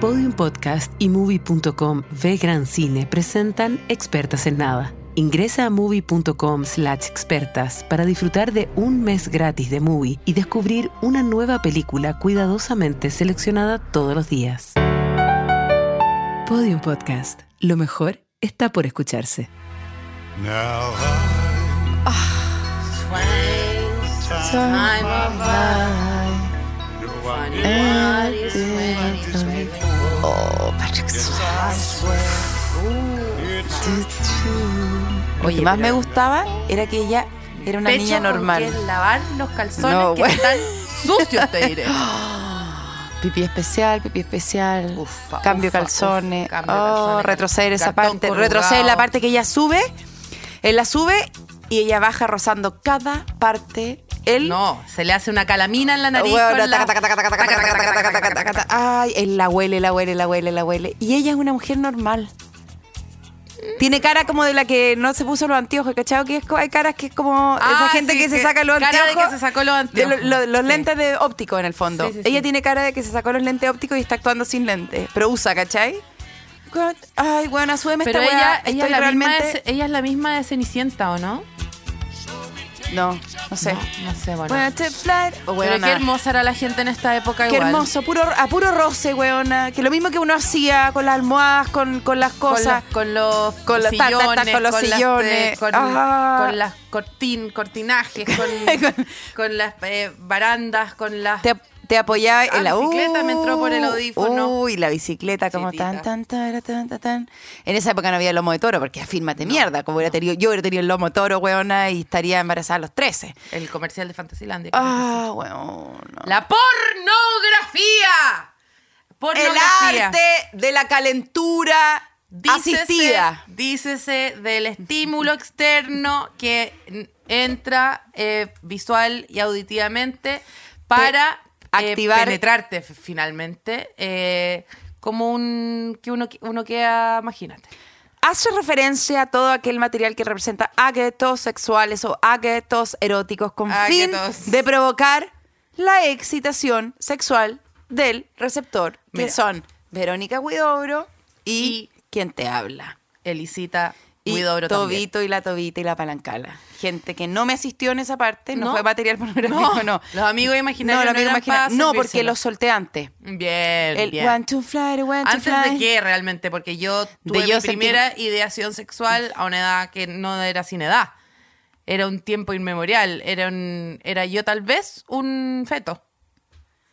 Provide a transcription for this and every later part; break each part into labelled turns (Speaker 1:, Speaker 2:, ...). Speaker 1: Podium Podcast y Movie.com Ve Gran Cine presentan Expertas en Nada. Ingresa a movie.com slash expertas para disfrutar de un mes gratis de Movie y descubrir una nueva película cuidadosamente seleccionada todos los días. Podium Podcast. Lo mejor está por escucharse.
Speaker 2: Now I Ah. time of know I knew I
Speaker 3: Oh, Patrick
Speaker 2: Yes,
Speaker 3: Swayze.
Speaker 2: I swear. It's
Speaker 3: Oye, más me gustaba era que ella era una
Speaker 4: Pecho
Speaker 3: niña
Speaker 4: con
Speaker 3: normal.
Speaker 4: quien lavar los calzones
Speaker 3: No,
Speaker 4: que
Speaker 3: bueno.
Speaker 4: están sucios, te diré.
Speaker 3: Pipí especial, pipí especial.
Speaker 4: Ufa,
Speaker 3: cambio
Speaker 4: ufa,
Speaker 3: calzones.
Speaker 4: uf, cambio
Speaker 3: oh,
Speaker 4: calzones,
Speaker 3: retroceder esa
Speaker 4: cartón
Speaker 3: parte.
Speaker 4: corrugado.
Speaker 3: Retroceder la parte que ella sube. Él la sube y ella baja rozando cada parte. Él.
Speaker 4: No, Oh, se le hace una calamina en la nariz.
Speaker 3: Huevona,
Speaker 4: con la-
Speaker 3: taca, taca, taca, taca, taca, taca, taca, taca, taca, taca, taca. Ay, él la huele, la huele, la huele, la huele. Y ella es una mujer normal. Tiene cara como de la que no se puso los anteojos, ¿cachado? Que es co- hay caras que es como
Speaker 4: Ah,
Speaker 3: esa gente
Speaker 4: sí,
Speaker 3: que, se
Speaker 4: que-
Speaker 3: saca los
Speaker 4: cara de
Speaker 3: anteojos.
Speaker 4: que se sacó los anteojos.
Speaker 3: de lo- lo- los
Speaker 4: Sí.
Speaker 3: lentes de óptico en el fondo.
Speaker 4: Sí, sí, sí.
Speaker 3: ella tiene cara de que se sacó los lentes ópticos y está actuando sin lentes. Pero usa, ¿cachai? What? Ay, bueno, súbeme
Speaker 4: Pero
Speaker 3: esta
Speaker 4: ella,
Speaker 3: weá.
Speaker 4: ella,
Speaker 3: Estoy
Speaker 4: es la misma
Speaker 3: realmente.
Speaker 4: de, ella es la misma de Cenicienta, ¿o no?
Speaker 3: No, no sé.
Speaker 4: No, no sé, bueno.
Speaker 3: Bueno, to fly- Oh,
Speaker 4: Pero
Speaker 3: weona.
Speaker 4: qué hermosa era la gente en esta época
Speaker 3: Qué
Speaker 4: igual.
Speaker 3: hermoso, puro, a puro roce, weona. Que lo mismo que uno hacía con las almohadas, con, con las
Speaker 4: Con
Speaker 3: cosas.
Speaker 4: los, con los
Speaker 3: con los- ta, ta, ta,
Speaker 4: sillones,
Speaker 3: con los
Speaker 4: las-
Speaker 3: sillones.
Speaker 4: con,
Speaker 3: Ah.
Speaker 4: con las cortin, cortinajes, con, con las eh, barandas, con las
Speaker 3: Te, te apoyaba en la Uh,
Speaker 4: Ah, bicicleta me entró por el audífono.
Speaker 3: Uy, la bicicleta, como tan,
Speaker 4: Chiquitita.
Speaker 3: tan, tan, tan, tan, tan. En esa época no había lomo de toro, porque afírmate mierda. Como hubiera tenido, yo hubiera tenido el lomo de toro, weona, y estaría embarazada a los 13.
Speaker 4: el comercial de Fantasylandia. creo que sí.
Speaker 3: Ah, weona.
Speaker 4: La pornografía.
Speaker 3: El
Speaker 4: Pornografía.
Speaker 3: arte de la calentura
Speaker 4: Dícese-
Speaker 3: asistida.
Speaker 4: Dícese del estímulo externo que n- entra eh, visual y auditivamente para
Speaker 3: Pe-
Speaker 4: eh,
Speaker 3: activar-
Speaker 4: penetrarte f- finalmente. eh, como un. que uno, uno queda. imagínate.
Speaker 3: hace referencia a todo aquel material que representa aguetos sexuales o aguetos eróticos con fin
Speaker 4: Águetos.
Speaker 3: de provocar la excitación sexual del receptor, que
Speaker 4: Mira.
Speaker 3: son Verónica Huidobro y, quien te habla.
Speaker 4: Elisita
Speaker 3: Y
Speaker 4: Huidobro también.
Speaker 3: Tobito y la Tobita y la Palancala. Gente que no me asistió en esa parte, no,
Speaker 4: ¿No?
Speaker 3: fue material pornográfico, no.
Speaker 4: No, los amigos imaginarios no
Speaker 3: amigos
Speaker 4: eran
Speaker 3: imagina-
Speaker 4: pa'
Speaker 3: No,
Speaker 4: servírselo.
Speaker 3: porque los solté antes.
Speaker 4: Bien,
Speaker 3: El
Speaker 4: bien.
Speaker 3: one, two, fly, one, two,
Speaker 4: Antes de
Speaker 3: fly.
Speaker 4: qué realmente, porque yo tuve
Speaker 3: yo
Speaker 4: mi
Speaker 3: sentir-
Speaker 4: primera ideación sexual a una edad que no era sin edad. Era un tiempo inmemorial. Era, un- era yo tal vez un feto.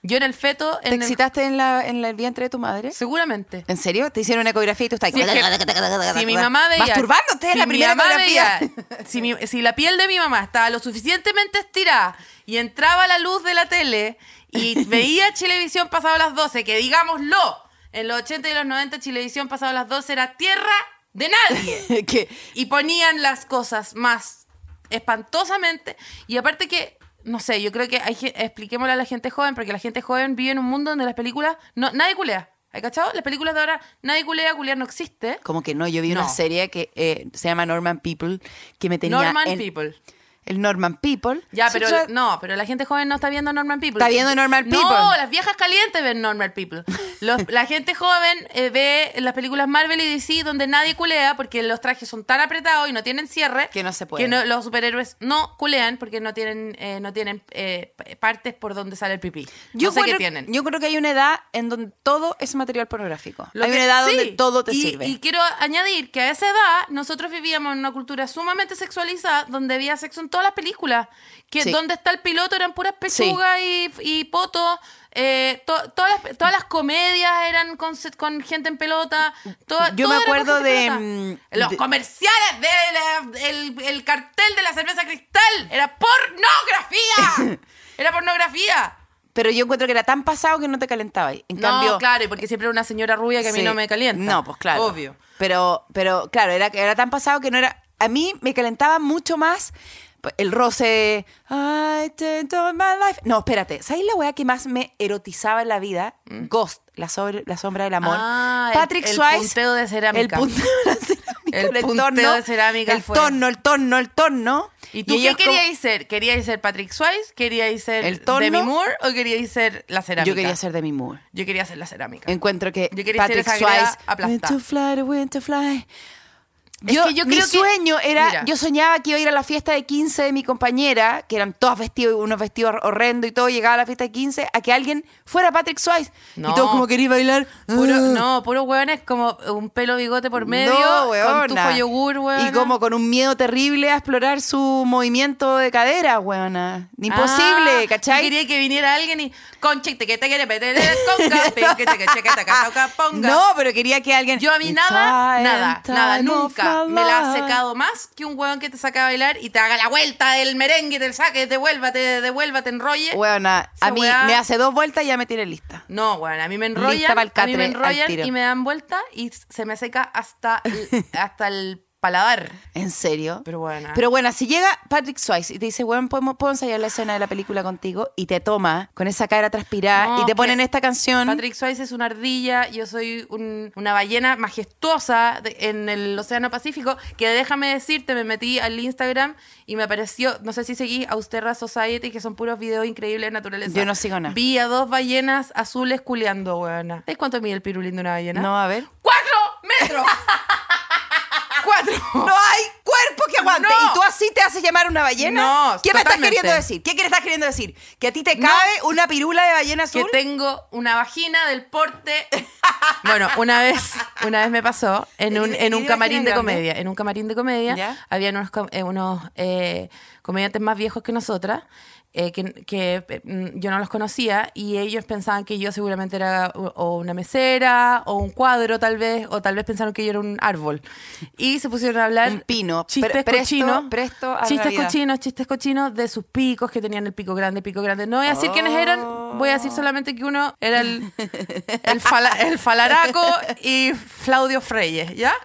Speaker 4: Yo en el feto.
Speaker 3: ¿Te
Speaker 4: en el-
Speaker 3: excitaste en, la, en el vientre de tu madre?
Speaker 4: Seguramente.
Speaker 3: ¿En serio? ¿Te hicieron una ecografía y tú estás
Speaker 4: Si, es que- si mi mamá veía.
Speaker 3: Masturbándote en
Speaker 4: si
Speaker 3: la
Speaker 4: mi
Speaker 3: primera
Speaker 4: mamá
Speaker 3: ecografía.
Speaker 4: veía- si, mi- si la piel de mi mamá estaba lo suficientemente estirada y entraba la luz de la tele y veía Chilevisión pasado a las 12, que digámoslo, en los 80 y los 90 Chilevisión pasado a las 12 era tierra de nadie.
Speaker 3: que
Speaker 4: Y ponían las cosas más espantosamente. Y aparte que, no sé, yo creo que hay, ge- expliquémosle a la gente joven, porque la gente joven vive en un mundo donde las películas, no, nadie culea. ¿Hay cachado? Las películas de ahora, nadie culea, culear no existe.
Speaker 3: como que no, yo vi una
Speaker 4: No.
Speaker 3: serie que eh, se llama Norman People que me tenía
Speaker 4: Norman
Speaker 3: en-
Speaker 4: People.
Speaker 3: El Norman People.
Speaker 4: Ya,
Speaker 3: Sí,
Speaker 4: pero
Speaker 3: yo-
Speaker 4: no, pero la gente joven no está viendo Normal People.
Speaker 3: Está viendo Normal
Speaker 4: No,
Speaker 3: People.
Speaker 4: las viejas calientes ven Normal People. Los- la gente joven eh, ve las películas Marvel y DC donde nadie culea porque los trajes son tan apretados y no tienen cierre
Speaker 3: Que no se puede.
Speaker 4: Que no- los superhéroes no culean porque no tienen eh, no tienen eh, p- partes por donde sale el pipí.
Speaker 3: Yo,
Speaker 4: no sé qué
Speaker 3: creo,
Speaker 4: tienen.
Speaker 3: yo creo que hay una edad en donde todo es material pornográfico.
Speaker 4: Lo
Speaker 3: hay
Speaker 4: que-
Speaker 3: una edad donde
Speaker 4: sí,
Speaker 3: todo te
Speaker 4: y-
Speaker 3: sirve.
Speaker 4: Y quiero añadir que a esa edad nosotros vivíamos en una cultura sumamente sexualizada donde había sexo en todas las películas. Que
Speaker 3: Sí.
Speaker 4: donde está el piloto eran puras pechugas y, y potos. eh, to- todas, las, todas las comedias eran con, se- con gente en pelota. to-
Speaker 3: Yo
Speaker 4: todo
Speaker 3: me
Speaker 4: era con
Speaker 3: acuerdo
Speaker 4: gente
Speaker 3: de,
Speaker 4: en pelota.
Speaker 3: mm,
Speaker 4: Los
Speaker 3: de-
Speaker 4: comerciales del el cartel de la cerveza cristal. Era pornografía. era pornografía.
Speaker 3: Pero yo encuentro que era tan pasado que no te calentaba. En
Speaker 4: No,
Speaker 3: cambio,
Speaker 4: claro, y porque siempre era una señora rubia que a mí
Speaker 3: Sí.
Speaker 4: no me calienta.
Speaker 3: No, pues claro.
Speaker 4: Obvio.
Speaker 3: Pero, pero claro, era, era tan pasado que no era. A mí me calentaba mucho más el roce de. I turned on my life. No, espérate. ¿Sabes la weá que más me erotizaba en la vida? Ghost, la, sobre- la sombra del amor.
Speaker 4: Mm. Ah, el-
Speaker 3: Patrick
Speaker 4: el
Speaker 3: Swayze.
Speaker 4: punteo de cerámica.
Speaker 3: El punteo de la cerámica.
Speaker 4: El punteo de cerámica
Speaker 3: El
Speaker 4: fue-
Speaker 3: torno, el torno, el torno.
Speaker 4: ¿Y tú qué
Speaker 3: ellos como-
Speaker 4: queríais ser? ¿Queríais ser Patrick Swayze? ¿Queríais ser
Speaker 3: El torno.
Speaker 4: Demi Moore? ¿O queríais ser la cerámica?
Speaker 3: Yo quería ser Demi Moore.
Speaker 4: Yo quería ser la cerámica.
Speaker 3: Encuentro que
Speaker 4: Yo quería ser
Speaker 3: Patrick
Speaker 4: esa greda
Speaker 3: Swayze.
Speaker 4: aplastada.
Speaker 3: When to fly, the wind to fly.
Speaker 4: Es
Speaker 3: Yo,
Speaker 4: que yo
Speaker 3: mi
Speaker 4: creo que-
Speaker 3: sueño era,
Speaker 4: Mira.
Speaker 3: yo soñaba que iba a ir a la fiesta de 15 de mi compañera, que eran todas vestidos, unos vestidos horrendos y todo, llegaba a la fiesta de 15, a que alguien fuera Patrick Swayze.
Speaker 4: No.
Speaker 3: Y todos como quería bailar.
Speaker 4: Puro-
Speaker 3: ah.
Speaker 4: no, puro hueón es como un pelo bigote por medio.
Speaker 3: No,
Speaker 4: con tufo
Speaker 3: weona.
Speaker 4: yogur, hueón.
Speaker 3: Y como con un miedo terrible a explorar su movimiento de cadera, weona. Imposible, ¿cachai?
Speaker 4: Ah, Yo quería que viniera alguien y. Conche, te que te quiere meter en el conga, pero que te que checa, taca, taca, ponga.
Speaker 3: No, pero quería que alguien.
Speaker 4: Yo a mí
Speaker 3: It's
Speaker 4: nada,
Speaker 3: I
Speaker 4: nada,
Speaker 3: am time
Speaker 4: nada,
Speaker 3: of
Speaker 4: nunca
Speaker 3: my
Speaker 4: me la ha
Speaker 3: life.
Speaker 4: secado más que un hueón que te saca a bailar y te haga la vuelta del merengue, te saque, devuélvate, devuélvate, enrolle.
Speaker 3: Weona,
Speaker 4: Esa
Speaker 3: a mí
Speaker 4: weá-
Speaker 3: me hace dos vueltas y ya me tiene lista.
Speaker 4: No, bueno, a mí me
Speaker 3: Lista
Speaker 4: enrollan,
Speaker 3: pa'l
Speaker 4: a mí
Speaker 3: catre,
Speaker 4: me
Speaker 3: al
Speaker 4: enrollan
Speaker 3: tiro.
Speaker 4: y me dan vuelta y se me seca hasta el, hasta el paladar.
Speaker 3: En serio.
Speaker 4: Pero bueno.
Speaker 3: Pero bueno, si llega Patrick Swayze y te dice, weón, ¿podemos, puedo ensayar la escena de la película contigo y te toma con esa cara transpirada
Speaker 4: No,
Speaker 3: Ah, y
Speaker 4: que
Speaker 3: te ponen esta canción.
Speaker 4: Patrick Swayze es una ardilla, yo soy un- una ballena majestuosa de- en el Océano Pacífico, que déjame decirte, me metí al Instagram y me apareció, no sé si seguí Austerra Society, que son puros videos increíbles de naturaleza.
Speaker 3: Yo no sigo nada.
Speaker 4: Vi a dos ballenas azules culeando, weona. ¿Sabes cuánto mide el pirulín de una ballena?
Speaker 3: no, a ver.
Speaker 4: ¡Cuatro metros! Ah, ¡Cuatro!
Speaker 3: No hay cuerpo que aguante.
Speaker 4: No.
Speaker 3: ¿Y tú así te haces llamar una ballena?
Speaker 4: No,
Speaker 3: ¿Qué me estás
Speaker 4: totalmente.
Speaker 3: queriendo decir? ¿Qué estás queriendo decir? ¿Que a ti te
Speaker 4: No.
Speaker 3: cabe una pirula de ballena azul?
Speaker 4: que tengo una vagina del porte. Bueno, una vez, una vez me pasó en un, en un
Speaker 3: ¿Tiene vagina
Speaker 4: camarín de
Speaker 3: grande?
Speaker 4: comedia. En un camarín de comedia
Speaker 3: ¿Ya?
Speaker 4: habían unos, com- eh, unos eh, comediantes más viejos que nosotras. eh, que, que, eh, mm, yo no los conocía y ellos pensaban que yo seguramente era o- o una mesera o un cuadro tal vez o tal vez pensaron que yo era un árbol y se pusieron a hablar
Speaker 3: Un pino.
Speaker 4: chistes
Speaker 3: Pre- presto-
Speaker 4: cochinos
Speaker 3: presto a la
Speaker 4: chistes
Speaker 3: vida.
Speaker 4: cochinos chistes cochinos de sus picos que tenían el pico grande pico grande no voy a decir quiénes eran voy a decir solamente que uno era el el, fala- el falaraco y Claudio Freyes ya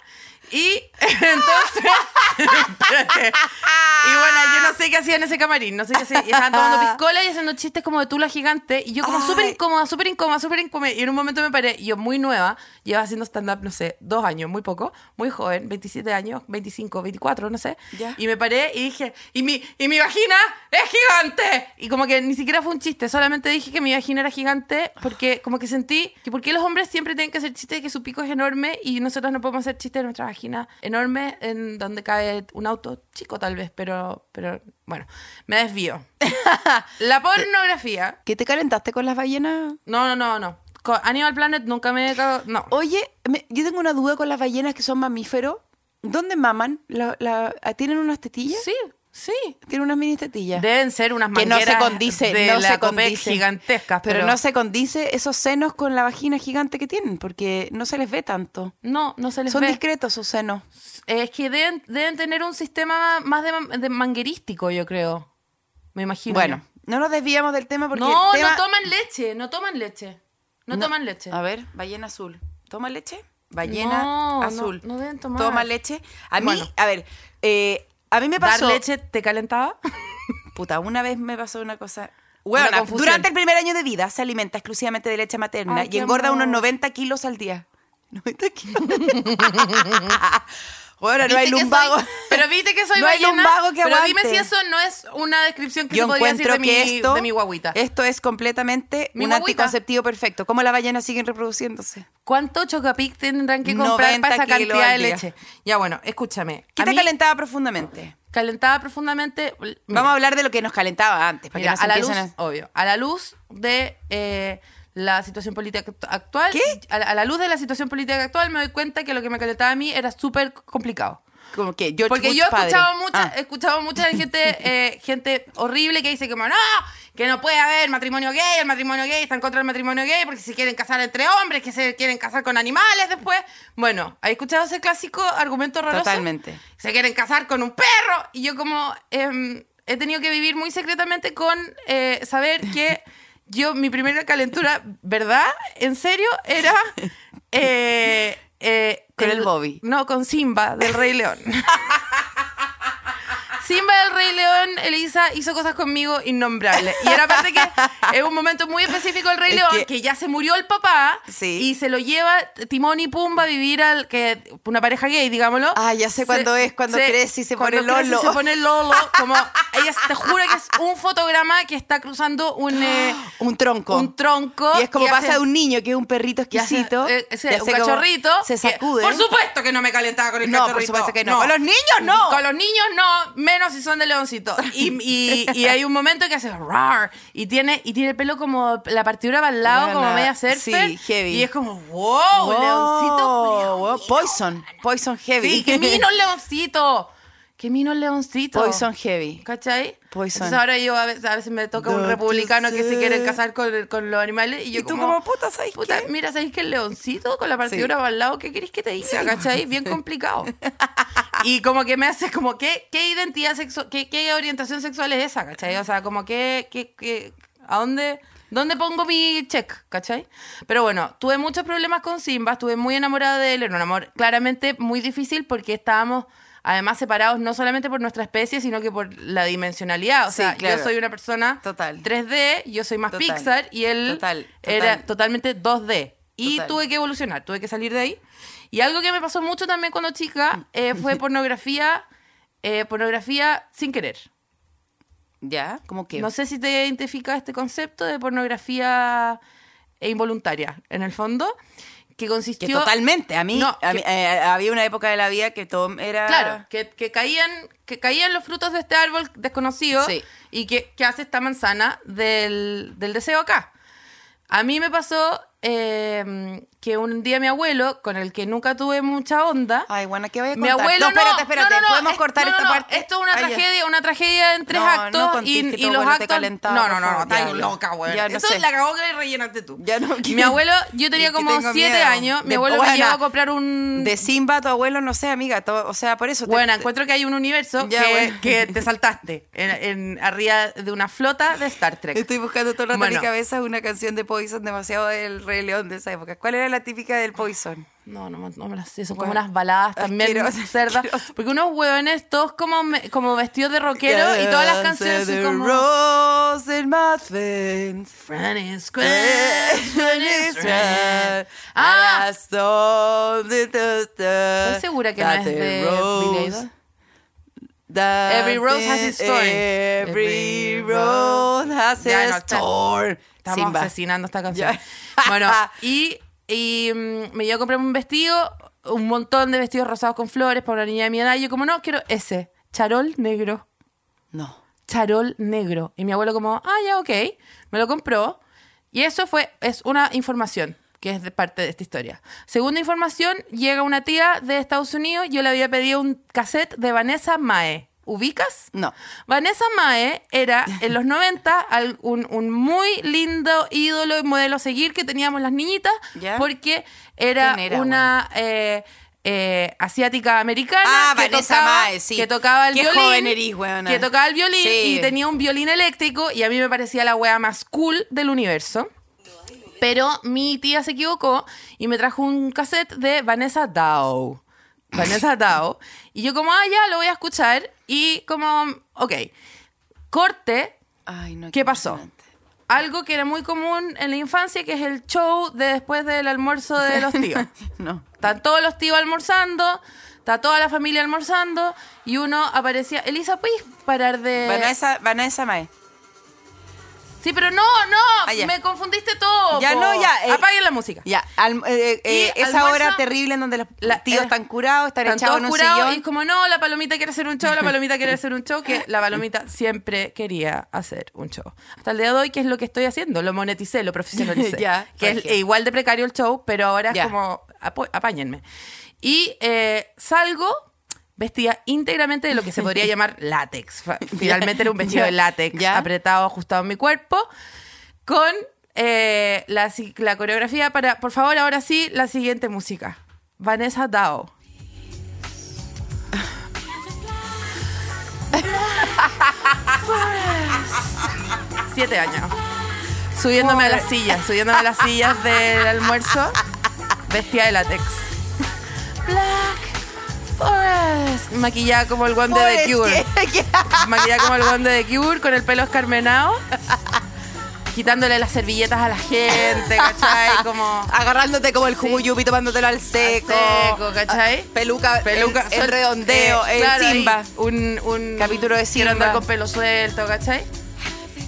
Speaker 4: y entonces espérate. y bueno yo no sé qué hacían en ese camarín no sé qué hacían y estaban tomando piscola y haciendo chistes como de tula gigante y yo como súper
Speaker 3: Ay.
Speaker 4: incómoda súper incómoda súper incómoda y en un momento me paré y yo muy nueva llevaba haciendo stand up no sé dos años muy poco muy joven 27 años 25 24 no sé
Speaker 3: Ya.
Speaker 4: y me paré y dije y mi y mi vagina es gigante y como que ni siquiera fue un chiste solamente dije que mi vagina era gigante porque como que sentí que por qué los hombres siempre tienen que hacer chistes de que su pico es enorme y nosotros no podemos hacer chistes de nuestra vagina enorme en donde cae un auto chico tal vez pero pero bueno me desvío la pornografía
Speaker 3: ¿Que te calentaste con las ballenas?
Speaker 4: no, no, no, no. Con Animal Planet nunca me he cagado. No.
Speaker 3: Oye, me- yo tengo una duda con las ballenas que son mamíferos. ¿Dónde maman? ¿La, la- ¿Tienen unas tetillas?
Speaker 4: Sí, sí.
Speaker 3: Tienen unas mini tetillas.
Speaker 4: Deben ser unas
Speaker 3: que no
Speaker 4: mangueras
Speaker 3: se condice,
Speaker 4: de
Speaker 3: no
Speaker 4: la
Speaker 3: se
Speaker 4: Copec
Speaker 3: condice.
Speaker 4: gigantescas, pero,
Speaker 3: no se condice esos senos con la vagina gigante que tienen, porque no se les ve tanto.
Speaker 4: no, no se les
Speaker 3: Son
Speaker 4: ve.
Speaker 3: discretos sus senos.
Speaker 4: Es que deben, deben tener un sistema más de, man- de manguerístico, yo creo. Me imagino.
Speaker 3: Bueno,
Speaker 4: yo.
Speaker 3: no nos desviamos del tema porque
Speaker 4: no,
Speaker 3: el tema-
Speaker 4: no toman leche, no toman leche. No, toman leche.
Speaker 3: A ver, ballena azul. ¿Toma leche? Ballena
Speaker 4: No, no,
Speaker 3: azul.
Speaker 4: no deben tomar.
Speaker 3: Toma leche. A mí,
Speaker 4: Bueno.
Speaker 3: a ver, eh, a mí me pasó.
Speaker 4: ¿Dar leche te calentaba?
Speaker 3: Puta, una vez me pasó una cosa. Bueno,
Speaker 4: Una confusión.
Speaker 3: durante el primer año de vida se alimenta exclusivamente de leche materna
Speaker 4: Ay, qué
Speaker 3: y engorda
Speaker 4: amor.
Speaker 3: unos 90 kilos al día. 90 kilos. bueno, no
Speaker 4: Viste
Speaker 3: hay
Speaker 4: que
Speaker 3: lumbago.
Speaker 4: soy- pero viste que soy
Speaker 3: No hay
Speaker 4: ballena.
Speaker 3: lumbago que
Speaker 4: pero dime
Speaker 3: aguante.
Speaker 4: si eso no es una descripción que
Speaker 3: Yo
Speaker 4: se podría decir
Speaker 3: encuentro
Speaker 4: de,
Speaker 3: que
Speaker 4: mi,
Speaker 3: esto,
Speaker 4: de mi guaguita.
Speaker 3: esto es completamente
Speaker 4: Mi
Speaker 3: un
Speaker 4: guaguita.
Speaker 3: anticonceptivo perfecto. ¿Cómo las ballenas siguen reproduciéndose?
Speaker 4: ¿Cuánto chocapic tendrán que comprar
Speaker 3: 90
Speaker 4: para esa
Speaker 3: kilos
Speaker 4: cantidad de
Speaker 3: al día?
Speaker 4: leche? Ya bueno, escúchame.
Speaker 3: ¿Qué
Speaker 4: A
Speaker 3: te
Speaker 4: mí
Speaker 3: calentaba profundamente?
Speaker 4: calentaba profundamente. Mira,
Speaker 3: Vamos a hablar de lo que nos calentaba antes. Para
Speaker 4: mira,
Speaker 3: que nos
Speaker 4: a la luz,
Speaker 3: empiecen a-
Speaker 4: obvio, a la luz de eh, la situación política act- actual.
Speaker 3: ¿Qué?
Speaker 4: A la, a la luz de la situación política actual me doy cuenta que lo que me calentaba a mí era súper complicado.
Speaker 3: Como que George
Speaker 4: Porque
Speaker 3: Bush
Speaker 4: yo he
Speaker 3: padre.
Speaker 4: escuchado mucha,
Speaker 3: Ah.
Speaker 4: he escuchado mucha gente, eh, gente horrible que dice que no, que no puede haber matrimonio gay, el matrimonio gay está en contra del matrimonio gay porque se quieren casar entre hombres, que se quieren casar con animales después. Bueno, ¿has escuchado ese clásico argumento horroroso?
Speaker 3: Totalmente.
Speaker 4: Se quieren casar con un perro. Y yo como em, he tenido que vivir muy secretamente con eh, saber que yo, mi primera calentura, ¿verdad? En serio, era... eh, eh,
Speaker 3: Con el Bobby.
Speaker 4: No, con Simba, del Rey León. Simba del Rey León, Elisa hizo cosas conmigo innombrables. Y era aparte que es un momento muy específico del Rey
Speaker 3: Es
Speaker 4: León,
Speaker 3: que-
Speaker 4: que... ya se murió el papá
Speaker 3: Sí.
Speaker 4: y se lo lleva Timón y Pumba a vivir al que una pareja gay, digámoslo.
Speaker 3: Ah, ya sé cuándo es, cuando crece y se
Speaker 4: cuando
Speaker 3: pone
Speaker 4: crece y
Speaker 3: Lolo.
Speaker 4: se pone Lolo, como ella te juro que es un fotograma que está cruzando un eh,
Speaker 3: Un tronco.
Speaker 4: un tronco
Speaker 3: Y es como
Speaker 4: y
Speaker 3: pasa
Speaker 4: hace-
Speaker 3: de un niño que es un perrito
Speaker 4: y hace,
Speaker 3: exquisito.
Speaker 4: eh, ese,
Speaker 3: y hace
Speaker 4: un
Speaker 3: como-
Speaker 4: cachorrito.
Speaker 3: Se
Speaker 4: que-
Speaker 3: sacude.
Speaker 4: por supuesto que no me calentaba con el
Speaker 3: No, por
Speaker 4: cachorrito.
Speaker 3: supuesto que no. Con los niños, no.
Speaker 4: Con los niños no, menos si son de leoncito. Y, y- y hay un momento que hace rar y tiene, y tiene el pelo como la partidura para el lado,
Speaker 3: Buena.
Speaker 4: como media surfer.
Speaker 3: Sí, heavy.
Speaker 4: Y es como, wow,
Speaker 3: Wow,
Speaker 4: ¡Oh, leoncito. culiao,
Speaker 3: wow,
Speaker 4: mino.
Speaker 3: Poison. Poison heavy.
Speaker 4: Sí, que mino el leoncito. Que mino el leoncito.
Speaker 3: Poison heavy.
Speaker 4: ¿Cachai?
Speaker 3: Poison.
Speaker 4: Entonces ahora yo a veces, a veces me toca un
Speaker 3: Don't
Speaker 4: republicano
Speaker 3: you
Speaker 4: que se quiere
Speaker 3: say.
Speaker 4: casar con, con los animales y yo
Speaker 3: Y tú como, puta, ¿sabes
Speaker 4: Puta,
Speaker 3: qué?
Speaker 4: mira, ¿sabéis que el leoncito con la partidura
Speaker 3: Sí.
Speaker 4: para el lado? ¿Qué querés que te diga? ¿Cachai? Bien complicado. y como que me hace como, ¿qué, qué identidad sexual, qué, qué orientación sexual es esa? ¿Cachai? O sea, como que, que, que- ¿a dónde, dónde pongo mi check? ¿Cachai? Pero bueno, tuve muchos problemas con Simba, estuve muy enamorada de él, era un amor claramente muy difícil porque estábamos... Además, separados no solamente por nuestra especie, sino que por la dimensionalidad. O
Speaker 3: Sí,
Speaker 4: sea,
Speaker 3: claro.
Speaker 4: yo soy una persona
Speaker 3: Total.
Speaker 4: 3D, yo soy más
Speaker 3: Total.
Speaker 4: Pixar y él
Speaker 3: Total, total.
Speaker 4: era totalmente 2D. Y
Speaker 3: Total.
Speaker 4: tuve que evolucionar, tuve que salir de ahí. Y algo que me pasó mucho también cuando chica eh, fue pornografía, eh, pornografía sin querer.
Speaker 3: ¿Ya? ¿Cómo que?
Speaker 4: No sé si te identifica este concepto de pornografía e involuntaria, en el fondo, que
Speaker 3: que
Speaker 4: consistió...
Speaker 3: totalmente. A mí,
Speaker 4: No,
Speaker 3: a
Speaker 4: que-
Speaker 3: mí- eh, había una época de la vida que todo era...
Speaker 4: Claro, que, que caían, que caían los frutos de este árbol desconocido
Speaker 3: Sí.
Speaker 4: y que, que hace esta manzana del, del deseo acá. A mí me pasó eh, que un día mi abuelo, con el que nunca tuve mucha onda,
Speaker 3: Ay, bueno, ¿qué voy a
Speaker 4: mi
Speaker 3: contar?
Speaker 4: abuelo
Speaker 3: no, espérate,
Speaker 4: no,
Speaker 3: espérate.
Speaker 4: no, no, no,
Speaker 3: ¿Podemos
Speaker 4: es-
Speaker 3: cortar
Speaker 4: no, no,
Speaker 3: esta
Speaker 4: no,
Speaker 3: parte?
Speaker 4: Esto es una
Speaker 3: Ay, ya.
Speaker 4: tragedia, una tragedia en tres
Speaker 3: No, no
Speaker 4: actos
Speaker 3: contéis que
Speaker 4: y, y
Speaker 3: tu
Speaker 4: los
Speaker 3: abuelo te
Speaker 4: actos.
Speaker 3: calentaba,
Speaker 4: no,
Speaker 3: por
Speaker 4: no, no, no,
Speaker 3: favor,
Speaker 4: estás
Speaker 3: ya,
Speaker 4: loca,
Speaker 3: ya.
Speaker 4: güey.
Speaker 3: Ya, no
Speaker 4: Eso
Speaker 3: sé.
Speaker 4: la cagó que rellenaste tú.
Speaker 3: Ya no
Speaker 4: Mi
Speaker 3: quiero.
Speaker 4: abuelo, yo tenía
Speaker 3: Es que
Speaker 4: como
Speaker 3: tengo
Speaker 4: siete
Speaker 3: miedo.
Speaker 4: años, mi
Speaker 3: De-
Speaker 4: abuelo me
Speaker 3: buena.
Speaker 4: llevó a comprar un
Speaker 3: De Simba, tu abuelo, no sé, amiga. todo- o sea, por eso... te-
Speaker 4: Bueno,
Speaker 3: te-
Speaker 4: encuentro que hay un universo
Speaker 3: Ya,
Speaker 4: que,
Speaker 3: bueno.
Speaker 4: que te saltaste en, en- arriba de una flota de Star Trek.
Speaker 3: Estoy buscando todo el rato en
Speaker 4: Bueno.
Speaker 3: mi cabeza una canción de Poison demasiado del Rey León de esa época. ¿Cuál era la típica del Poison?
Speaker 4: No, no, me- no me las sé. Son como
Speaker 3: Bueno,
Speaker 4: unas baladas también
Speaker 3: asqueroso,
Speaker 4: cerdas.
Speaker 3: asqueroso.
Speaker 4: Porque unos hueones todos como, me- como vestidos de rockero y todas las canciones son como...
Speaker 3: Rose in my veins.
Speaker 4: Friend is
Speaker 3: Eh,
Speaker 4: great, friend is great.
Speaker 3: Ah.
Speaker 4: Ah,
Speaker 3: I saw the- the- the-
Speaker 4: ¿Estás segura que no
Speaker 3: that
Speaker 4: es
Speaker 3: the
Speaker 4: de Billy
Speaker 3: rose-
Speaker 4: Idol?
Speaker 3: that
Speaker 4: Every rose has
Speaker 3: the-
Speaker 4: its thorn.
Speaker 3: Every
Speaker 4: Every
Speaker 3: rose has
Speaker 4: Ya, no,
Speaker 3: its
Speaker 4: está-
Speaker 3: thorn.
Speaker 4: Estamos
Speaker 3: Simba.
Speaker 4: asesinando esta canción.
Speaker 3: Ya.
Speaker 4: Bueno, y, y, mm, me llevó a comprar un vestido, un montón de vestidos rosados con flores para una niña de mi edad. Y yo como, no, quiero ese, charol negro,
Speaker 3: No.
Speaker 4: charol negro. Y mi abuelo como, ah, ya, ok, me lo compró. Y eso fue, es una información que es de parte de esta historia. Segunda información, llega una tía de Estados Unidos, yo le había pedido un cassette de Vanessa Mae. ¿Ubicas?
Speaker 3: No.
Speaker 4: Vanessa Mae era en los 90 al- un, un muy lindo ídolo y modelo a seguir que teníamos las niñitas
Speaker 3: ¿Ya?
Speaker 4: porque era,
Speaker 3: ¿Quién era,
Speaker 4: una eh, eh, asiática americana
Speaker 3: Ah,
Speaker 4: que,
Speaker 3: Vanessa
Speaker 4: tocaba,
Speaker 3: Mae, sí.
Speaker 4: que tocaba el
Speaker 3: Qué
Speaker 4: violín
Speaker 3: joven erís, weona.
Speaker 4: que tocaba el violín
Speaker 3: Sí.
Speaker 4: y tenía un violín eléctrico y a mí me parecía la wea más cool del universo pero mi tía se equivocó y me trajo un cassette de Vanessa Dow. Vanessa Dow. Y yo como, ah, ya, lo voy a escuchar. Y como, ok, corte,
Speaker 3: Ay, no.
Speaker 4: ¿qué pasó?
Speaker 3: impresionante.
Speaker 4: Algo que era muy común en la infancia, que es el show de después del almuerzo de los tíos.
Speaker 3: No.
Speaker 4: Están todos los tíos almorzando, está toda la familia almorzando, y uno aparecía, Elisa, ¿puedes parar
Speaker 3: Eh,
Speaker 4: de...?
Speaker 3: Vanessa, Vanessa Mae.
Speaker 4: Sí, pero no, no,
Speaker 3: Ah, ya.
Speaker 4: me confundiste todo.
Speaker 3: Ya,
Speaker 4: po.
Speaker 3: no, ya, eh.
Speaker 4: Apaguen la música.
Speaker 3: Ya, al- eh, eh,
Speaker 4: Y
Speaker 3: esa
Speaker 4: almuerzo-
Speaker 3: hora terrible en donde los
Speaker 4: La-
Speaker 3: tíos
Speaker 4: eh,
Speaker 3: están curados, están,
Speaker 4: Están
Speaker 3: echados
Speaker 4: todos
Speaker 3: en un
Speaker 4: curados y es
Speaker 3: sillón.
Speaker 4: como, no, la palomita quiere hacer un show, la palomita quiere hacer un show, que la palomita siempre quería hacer un show. Hasta el día de hoy, que es lo que estoy haciendo? Lo moneticé, lo profesionalicé.
Speaker 3: Ya,
Speaker 4: que es
Speaker 3: regia.
Speaker 4: igual de precario el show, pero ahora
Speaker 3: Ya.
Speaker 4: es como, apo- apáñenme. Y eh, salgo vestida íntegramente de lo que se podría llamar látex. Fa- Finalmente era un vestido
Speaker 3: Ya.
Speaker 4: de látex,
Speaker 3: Ya.
Speaker 4: apretado, ajustado en mi cuerpo con eh, la, si- la coreografía para, por favor, ahora sí, la siguiente música. Vanessa Dao. Siete años. Subiéndome a las sillas, subiéndome a las sillas del almuerzo, vestida de látex. Black Pues, maquillada como el guante de The Cure. Maquillada como el guante de The Cure, con el pelo escarmenado. Quitándole las servilletas a la gente, ¿cachai? Como.
Speaker 3: Agarrándote como el juguyupi, tomándotelo al
Speaker 4: seco,
Speaker 3: seco.
Speaker 4: ¿cachai?
Speaker 3: Ah, Peluca,
Speaker 4: peluca,
Speaker 3: peluca, el,
Speaker 4: suel-
Speaker 3: redondeo,
Speaker 4: eh,
Speaker 3: el
Speaker 4: claro, ahí,
Speaker 3: simba.
Speaker 4: Un, un
Speaker 3: Capítulo de
Speaker 4: Quiero andar
Speaker 3: Simba.
Speaker 4: con pelo suelto, ¿cachai?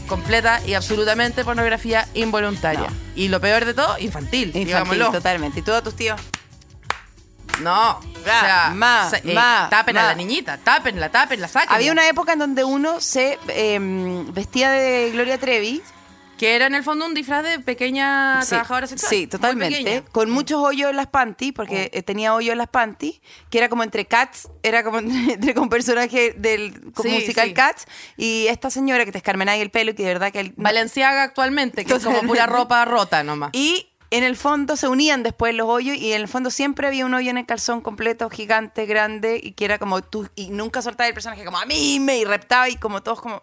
Speaker 4: Completa y absolutamente pornografía involuntaria.
Speaker 3: No.
Speaker 4: Y lo peor de todo, infantil,
Speaker 3: Infantil,
Speaker 4: digámoslo. Ah,
Speaker 3: totalmente. ¿Y todos tus tíos?
Speaker 4: No,
Speaker 3: Ya, ma, ma,
Speaker 4: eh, tapen a
Speaker 3: ma.
Speaker 4: la niñita, tápenla, tápenla, sáquenla.
Speaker 3: Había una época en donde uno se eh, vestía de Gloria Trevi.
Speaker 4: Que era en el fondo un disfraz de pequeña Ah, trabajadora sexual.
Speaker 3: sí,
Speaker 4: muy
Speaker 3: totalmente.
Speaker 4: pequeña. Oh.
Speaker 3: Con muchos hoyos en las panties, porque eh, tenía hoyos en las panties, que era como entre Cats, era como entre, entre con personaje del como
Speaker 4: Sí,
Speaker 3: musical
Speaker 4: sí.
Speaker 3: Cats, y esta señora que te escarmenaba el pelo y que de verdad que... el-
Speaker 4: Valenciaga actualmente, que es como pura
Speaker 3: Totalmente.
Speaker 4: ropa rota nomás.
Speaker 3: Y en el fondo se unían después los hoyos y en el fondo siempre había un hoyo en el calzón completo, gigante, grande, y que era como tú, y nunca soltaba el personaje como a mí, me y reptaba y como todos como...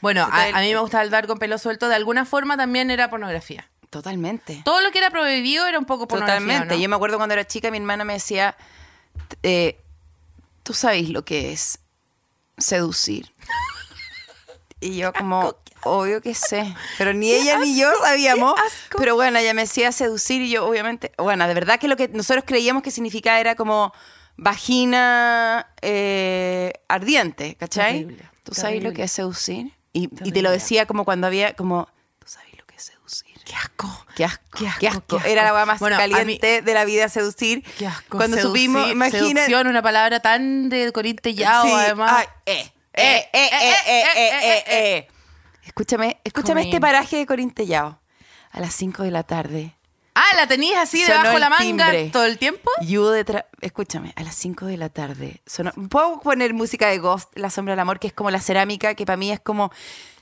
Speaker 4: bueno, a,
Speaker 3: Total-
Speaker 4: a mí me gustaba el dar con pelo suelto. De alguna forma también era pornografía.
Speaker 3: Totalmente.
Speaker 4: Todo lo que era prohibido era un poco pornografía.
Speaker 3: Totalmente.
Speaker 4: ¿o no?
Speaker 3: Yo me acuerdo cuando era chica, mi hermana me decía, eh, tú sabes lo que es seducir. Y yo como, obvio que sé, pero ni ella ni yo sabíamos.
Speaker 4: asco.
Speaker 3: Pero bueno, ella me decía seducir y yo obviamente, bueno, de verdad que lo que nosotros creíamos que significaba era como vagina eh, ardiente, ¿cachai?
Speaker 4: Terrible,
Speaker 3: ¿Tú sabes lo
Speaker 4: terrible.
Speaker 3: que es seducir? Y, y te
Speaker 4: Terrible.
Speaker 3: lo decía como cuando había, como, ¿tú sabes lo que es seducir?
Speaker 4: Qué asco.
Speaker 3: Qué asco,
Speaker 4: Qué
Speaker 3: qué
Speaker 4: asco,
Speaker 3: asco.
Speaker 4: qué asco.
Speaker 3: Era la weá más
Speaker 4: Bueno, a
Speaker 3: caliente de la vida seducir.
Speaker 4: Qué asco.
Speaker 3: Cuando
Speaker 4: Seducir,
Speaker 3: supimos, imagina.
Speaker 4: Seducción, una palabra tan de corintellado,
Speaker 3: Sí,
Speaker 4: además.
Speaker 3: ay, eh, eh, eh, eh, eh, eh, eh, eh. Escúchame, escúchame
Speaker 4: Comín.
Speaker 3: este paraje de Corintellao. A las 5 de la tarde.
Speaker 4: Ah, la tenías así
Speaker 3: Sonó
Speaker 4: debajo
Speaker 3: el
Speaker 4: la manga
Speaker 3: timbre.
Speaker 4: todo el tiempo.
Speaker 3: Yo detrás. Escúchame, a las 5 de la tarde. sonó- ¿Puedo poner música de Ghost, La Sombra del Amor, que es como la cerámica, que para mí es como.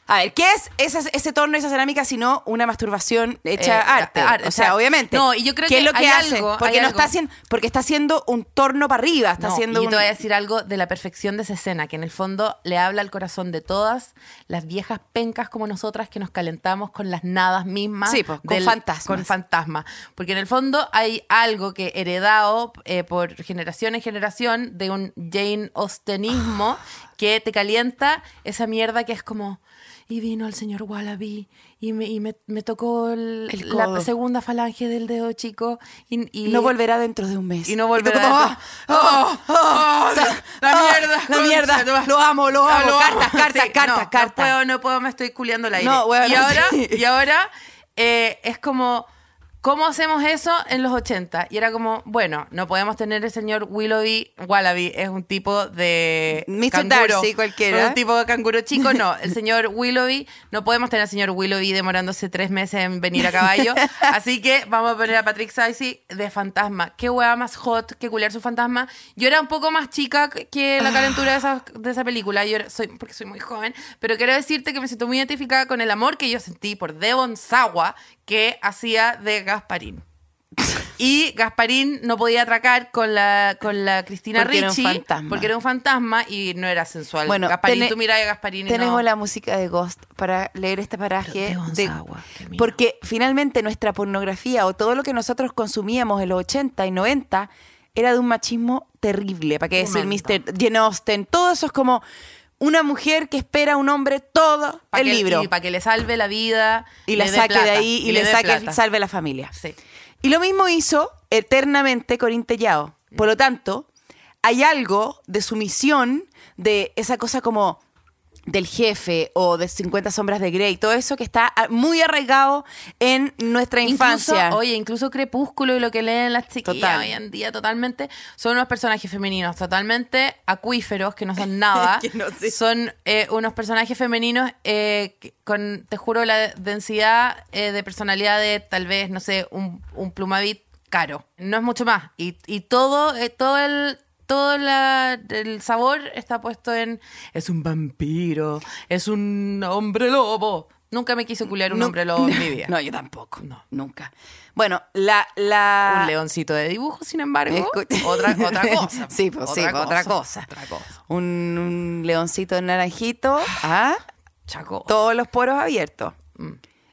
Speaker 3: A ver, ¿qué es esa- ese torno, esa cerámica, sino una masturbación hecha
Speaker 4: Eh,
Speaker 3: arte?
Speaker 4: arte,
Speaker 3: O sea,
Speaker 4: exacto.
Speaker 3: obviamente.
Speaker 4: No, y yo creo
Speaker 3: ¿Qué
Speaker 4: que
Speaker 3: es lo que
Speaker 4: hay
Speaker 3: hace?
Speaker 4: algo,
Speaker 3: Porque
Speaker 4: hay
Speaker 3: no está
Speaker 4: algo.
Speaker 3: haciendo, porque está haciendo un torno para arriba, está
Speaker 4: No,
Speaker 3: haciendo
Speaker 4: y
Speaker 3: un-
Speaker 4: te voy a decir algo de la perfección de esa escena, que en el fondo le habla al corazón de todas las viejas pencas como nosotras que nos calentamos con las nadas mismas.
Speaker 3: Sí, pues, con fantasmas.
Speaker 4: Con fantasmas. Porque en el fondo hay algo que heredado eh, por generación en generación de un Jane Austenismo que te calienta esa mierda que es como... Y vino el señor Wallaby y me, y me, me tocó el-
Speaker 3: El
Speaker 4: la
Speaker 3: codo.
Speaker 4: segunda falange del dedo chico. Y, y-
Speaker 3: no volverá dentro de un mes.
Speaker 4: y no
Speaker 3: tú
Speaker 4: volverá.
Speaker 3: como,
Speaker 4: a-
Speaker 3: ¡ah!
Speaker 4: ¡Oh! ¡Oh!
Speaker 3: O sea,
Speaker 4: la,
Speaker 3: ¡ah!
Speaker 4: mierda.
Speaker 3: la
Speaker 4: concha
Speaker 3: mierda!
Speaker 4: tu madre.
Speaker 3: Lo amo, lo
Speaker 4: Ah,
Speaker 3: amo.
Speaker 4: lo
Speaker 3: Cartas,
Speaker 4: amo.
Speaker 3: cartas,
Speaker 4: Sí,
Speaker 3: cartas,
Speaker 4: no, No
Speaker 3: cartas.
Speaker 4: puedo, no puedo, me estoy culiando el aire.
Speaker 3: No, bueno,
Speaker 4: y ahora,
Speaker 3: sí.
Speaker 4: y ahora eh, es como, ¿cómo hacemos eso en los 80? Y era como, bueno, no podemos tener el señor Willoughby Wallaby, es un tipo de
Speaker 3: Mr.
Speaker 4: canguro.
Speaker 3: Darcy cualquiera.
Speaker 4: Es un tipo de canguro chico, no. El señor Willoughby, no podemos tener al señor Willoughby demorándose tres meses en venir a caballo. Así que vamos a poner a Patrick Swayze de fantasma. Qué hueá más hot que culiar su fantasma. Yo era un poco más chica que
Speaker 3: Ah.
Speaker 4: la calentura de esa, de esa película. Yo era- soy, porque soy muy joven. Pero quiero decirte que me siento muy identificada con el amor que yo sentí por Devon Sawa, que hacía de Gasparín. Y Gasparín no podía atracar con la, con la Cristina
Speaker 3: Porque era un
Speaker 4: Ricci
Speaker 3: fantasma.
Speaker 4: porque era un fantasma y no era sensual.
Speaker 3: Bueno,
Speaker 4: Gasparín,
Speaker 3: tene-
Speaker 4: tú miras a Gasparín y
Speaker 3: Tenemos
Speaker 4: no.
Speaker 3: la música de Ghost para leer este paraje.
Speaker 4: Pero de
Speaker 3: de-
Speaker 4: Gonzagua, qué mino.
Speaker 3: porque finalmente nuestra pornografía o todo lo que nosotros consumíamos en los 80 y 90 era de un machismo terrible. ¿Para qué decir
Speaker 4: Tremendo.
Speaker 3: Mr. Jane Austen? Todo eso es como una mujer que espera a un hombre todo
Speaker 4: Pa'
Speaker 3: el
Speaker 4: que-
Speaker 3: libro.
Speaker 4: Y para que le salve la vida.
Speaker 3: Y la
Speaker 4: le dé
Speaker 3: saque de
Speaker 4: plata,
Speaker 3: ahí y, le,
Speaker 4: dé
Speaker 3: saque,
Speaker 4: plata.
Speaker 3: salve a la familia.
Speaker 4: Sí.
Speaker 3: Y lo mismo hizo eternamente Corintellao. Por lo tanto, hay algo de sumisión, de esa cosa como del jefe o de 50 sombras de Grey, todo eso que está ah, muy arraigado en nuestra infancia.
Speaker 4: Incluso, oye, incluso Crepúsculo y lo que leen las chiquillas
Speaker 3: Total.
Speaker 4: hoy en día totalmente son unos personajes femeninos totalmente acuíferos que no son nada.
Speaker 3: Que no sé.
Speaker 4: Son eh, unos personajes femeninos eh, que- con, te juro, la densidad eh, de personalidad de tal vez, no sé, un, un plumavit caro. No es mucho más. Y, y todo, eh, todo el... Todo la- el sabor está puesto en. Es un vampiro, es un hombre lobo. Nunca me quise culiar un
Speaker 3: Nu-
Speaker 4: hombre lobo en mi vida.
Speaker 3: No, yo tampoco.
Speaker 4: No.
Speaker 3: Nunca. Bueno, la... la
Speaker 4: un leoncito de dibujo, sin embargo.
Speaker 3: Escu-
Speaker 4: Otra, otra cosa.
Speaker 3: Sí, pues, sí, pues, otra cosa.
Speaker 4: Otra cosa.
Speaker 3: Un, un leoncito naranjito. Ah,
Speaker 4: Chaco. Mm.
Speaker 3: todos los poros abiertos.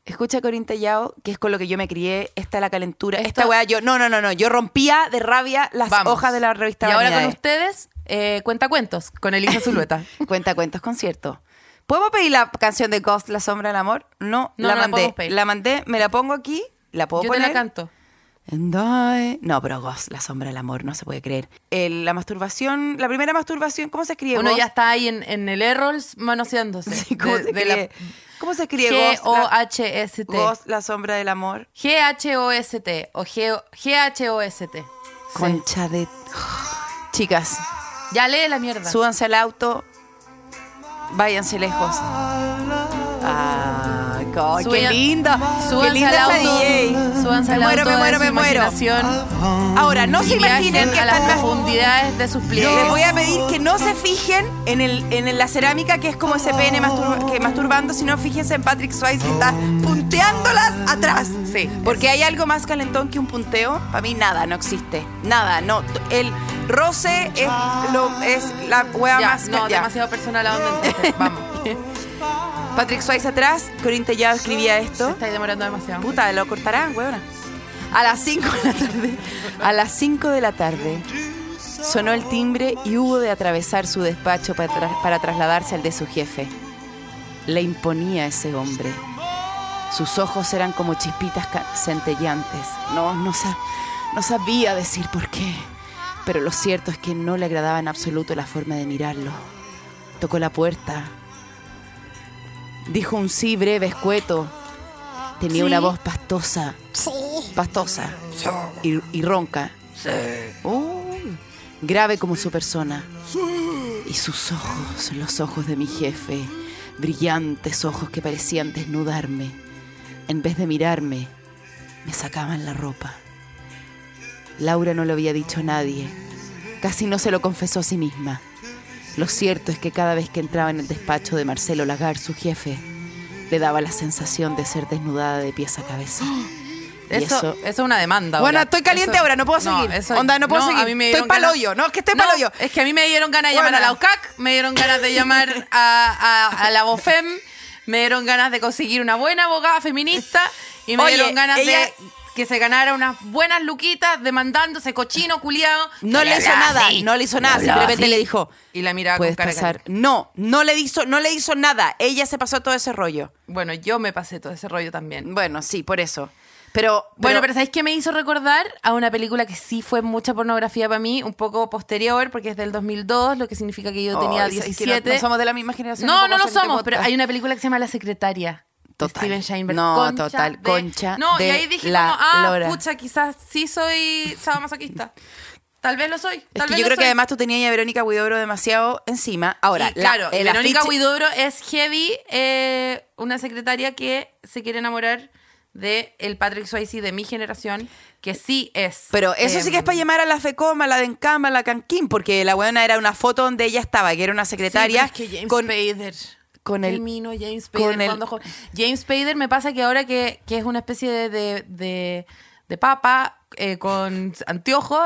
Speaker 3: Escucha Corín Tellao, que es con lo que yo me crié, esta la calentura, esta
Speaker 4: Esto-
Speaker 3: weá, yo, no, no, no, no, yo rompía de rabia las
Speaker 4: Vamos.
Speaker 3: hojas de la revista E.
Speaker 4: Y ahora con
Speaker 3: Vanidades.
Speaker 4: ustedes, eh, cuentacuentos con Elisa Zulueta.
Speaker 3: Cuenta cuentos concierto. ¿Podemos pedir la canción de Ghost, La Sombra del Amor? No,
Speaker 4: No,
Speaker 3: la
Speaker 4: no la
Speaker 3: mandé.
Speaker 4: podemos pedir.
Speaker 3: mandé, me la pongo aquí, la puedo
Speaker 4: Yo te
Speaker 3: poner.
Speaker 4: la canto.
Speaker 3: And I- No, pero Ghost, La Sombra del Amor, no se puede creer. El- la masturbación, la primera masturbación, ¿cómo se escribe
Speaker 4: Uno
Speaker 3: Ghost?
Speaker 4: ya está ahí en, en el Errols manoseándose.
Speaker 3: Sí, ¿Cómo,
Speaker 4: De-
Speaker 3: se
Speaker 4: de la-
Speaker 3: escribe? ¿Cómo se escribe Ghost? La,
Speaker 4: G-O-H-S-T.
Speaker 3: Ghost, La Sombra del Amor.
Speaker 4: G-H-O-S-T o G- G-H-O-S-T. Sí.
Speaker 3: Concha de... Chicas,
Speaker 4: Ya lee la mierda.
Speaker 3: súbanse al auto, váyanse lejos. Ah, co- qué
Speaker 4: Suban-
Speaker 3: lindo. Qué
Speaker 4: Súbanse
Speaker 3: linda
Speaker 4: al
Speaker 3: esa
Speaker 4: auto.
Speaker 3: DJ.
Speaker 4: Súbanse
Speaker 3: me
Speaker 4: al
Speaker 3: muero,
Speaker 4: auto
Speaker 3: me
Speaker 4: de
Speaker 3: muero,
Speaker 4: su
Speaker 3: me muero.
Speaker 4: imaginación
Speaker 3: Ahora, no
Speaker 4: y
Speaker 3: se imaginen
Speaker 4: viajen
Speaker 3: que
Speaker 4: a las
Speaker 3: están
Speaker 4: profundidades de sus pliegues.
Speaker 3: Les voy a pedir que no se fijen en, el, en la cerámica, que es como ese pene masturba- que masturbando, sino fíjense en Patrick Swayze que está punteándolas atrás.
Speaker 4: Sí,
Speaker 3: Porque hay algo más calentón que un punteo. Para mí nada, no existe. Nada, no. El roce es, lo, es la hueá
Speaker 4: Ya,
Speaker 3: más...
Speaker 4: no,
Speaker 3: ya.
Speaker 4: demasiado personal a donde entonces, Vamos. Te
Speaker 3: Patrick Swayze atrás, Corín Tellado escribía esto.
Speaker 4: estáis demorando demasiado.
Speaker 3: Puta, lo cortarán, huevona. A las 5 de la tarde. A las 5 de la tarde. Sonó el timbre y hubo de atravesar su despacho para, tra- para trasladarse al de su jefe. Le imponía ese hombre. Sus ojos eran como chispitas ca- centellantes. No, no, sa- no sabía decir por qué. Pero lo cierto es que no le agradaba en absoluto la forma de mirarlo. Tocó la puerta. Dijo un sí breve, escueto. Tenía una voz pastosa. Pastosa. Y, y ronca. Uy, grave como su persona. Y sus ojos, los ojos de mi jefe, brillantes ojos que parecían desnudarme. En vez de mirarme, me sacaban la ropa. Laura no lo había dicho a nadie. Casi no se lo confesó a sí misma. Lo cierto es que cada vez que entraba en el despacho de Marcelo Lagar, su jefe, le daba la sensación de ser desnudada de pies a cabeza. Y
Speaker 4: Eso, eso es una demanda.
Speaker 3: Bueno,
Speaker 4: ahora.
Speaker 3: estoy caliente
Speaker 4: Eso-
Speaker 3: ahora, no puedo seguir. Onda, no puedo seguir.
Speaker 4: a mí me
Speaker 3: Estoy
Speaker 4: dieron
Speaker 3: pa'l
Speaker 4: ganas-
Speaker 3: hoyo. No, es que estoy pa'l hoyo.
Speaker 4: Es que a mí me dieron ganas de llamar
Speaker 3: Bueno.
Speaker 4: a la UCAC, me dieron ganas de llamar a, a- a la BOFEM, me dieron ganas de conseguir una buena abogada feminista y me
Speaker 3: Oye,
Speaker 4: dieron ganas
Speaker 3: ella-
Speaker 4: de que se ganara unas buenas luquitas demandándose cochino, culiado.
Speaker 3: No le hizo nada, no le hizo nada, simplemente le dijo,
Speaker 4: Y la miraba
Speaker 3: puedes
Speaker 4: con cara de
Speaker 3: pasar.
Speaker 4: cariño.
Speaker 3: No, no le hizo, no le hizo nada. Ella se pasó todo ese rollo.
Speaker 4: Bueno, yo me pasé todo ese rollo también.
Speaker 3: Bueno, sí, por eso. Pero,
Speaker 4: Bueno, pero ¿sabéis qué me hizo recordar a una película que sí fue mucha pornografía para mí, un poco posterior, porque es del 2002, lo que significa que yo tenía
Speaker 3: Ay, sabes Oh, que no-
Speaker 4: 17.
Speaker 3: No, somos de la misma generación.
Speaker 4: No,
Speaker 3: puedo
Speaker 4: no lo
Speaker 3: hacer este
Speaker 4: somos, pero
Speaker 3: podcast.
Speaker 4: hay una película que se llama La Secretaria. de
Speaker 3: Total.
Speaker 4: Steven Sheinberg.
Speaker 3: No,
Speaker 4: Concha
Speaker 3: total,
Speaker 4: de-
Speaker 3: concha
Speaker 4: No,
Speaker 3: de
Speaker 4: y ahí dije
Speaker 3: la
Speaker 4: como, ah,
Speaker 3: lora.
Speaker 4: pucha, quizás sí soy sadomasoquista. Tal vez lo soy.
Speaker 3: Es
Speaker 4: Tal
Speaker 3: que
Speaker 4: vez
Speaker 3: yo
Speaker 4: lo
Speaker 3: creo que
Speaker 4: soy.
Speaker 3: además tú tenías a Verónica Huidobro demasiado encima. Ahora, la-
Speaker 4: Y claro,
Speaker 3: el
Speaker 4: Verónica
Speaker 3: afiche-
Speaker 4: Huidobro es heavy, eh, una secretaria que se quiere enamorar de el Patrick Swayze de mi generación, que sí es.
Speaker 3: Pero eso sí que es para
Speaker 4: em,
Speaker 3: llamar a la FECOM, a la DENCAM, a la CANQUIN, porque la buena era una foto donde ella estaba, que era una secretaria.
Speaker 4: Sí, pero es que James
Speaker 3: con-
Speaker 4: Spader.
Speaker 3: con
Speaker 4: Qué
Speaker 3: el-
Speaker 4: mino James
Speaker 3: con
Speaker 4: Spader
Speaker 3: el-
Speaker 4: cuando jo- James Spader me pasa que ahora que, que es una especie de, de, de- de papa eh, con anteojo,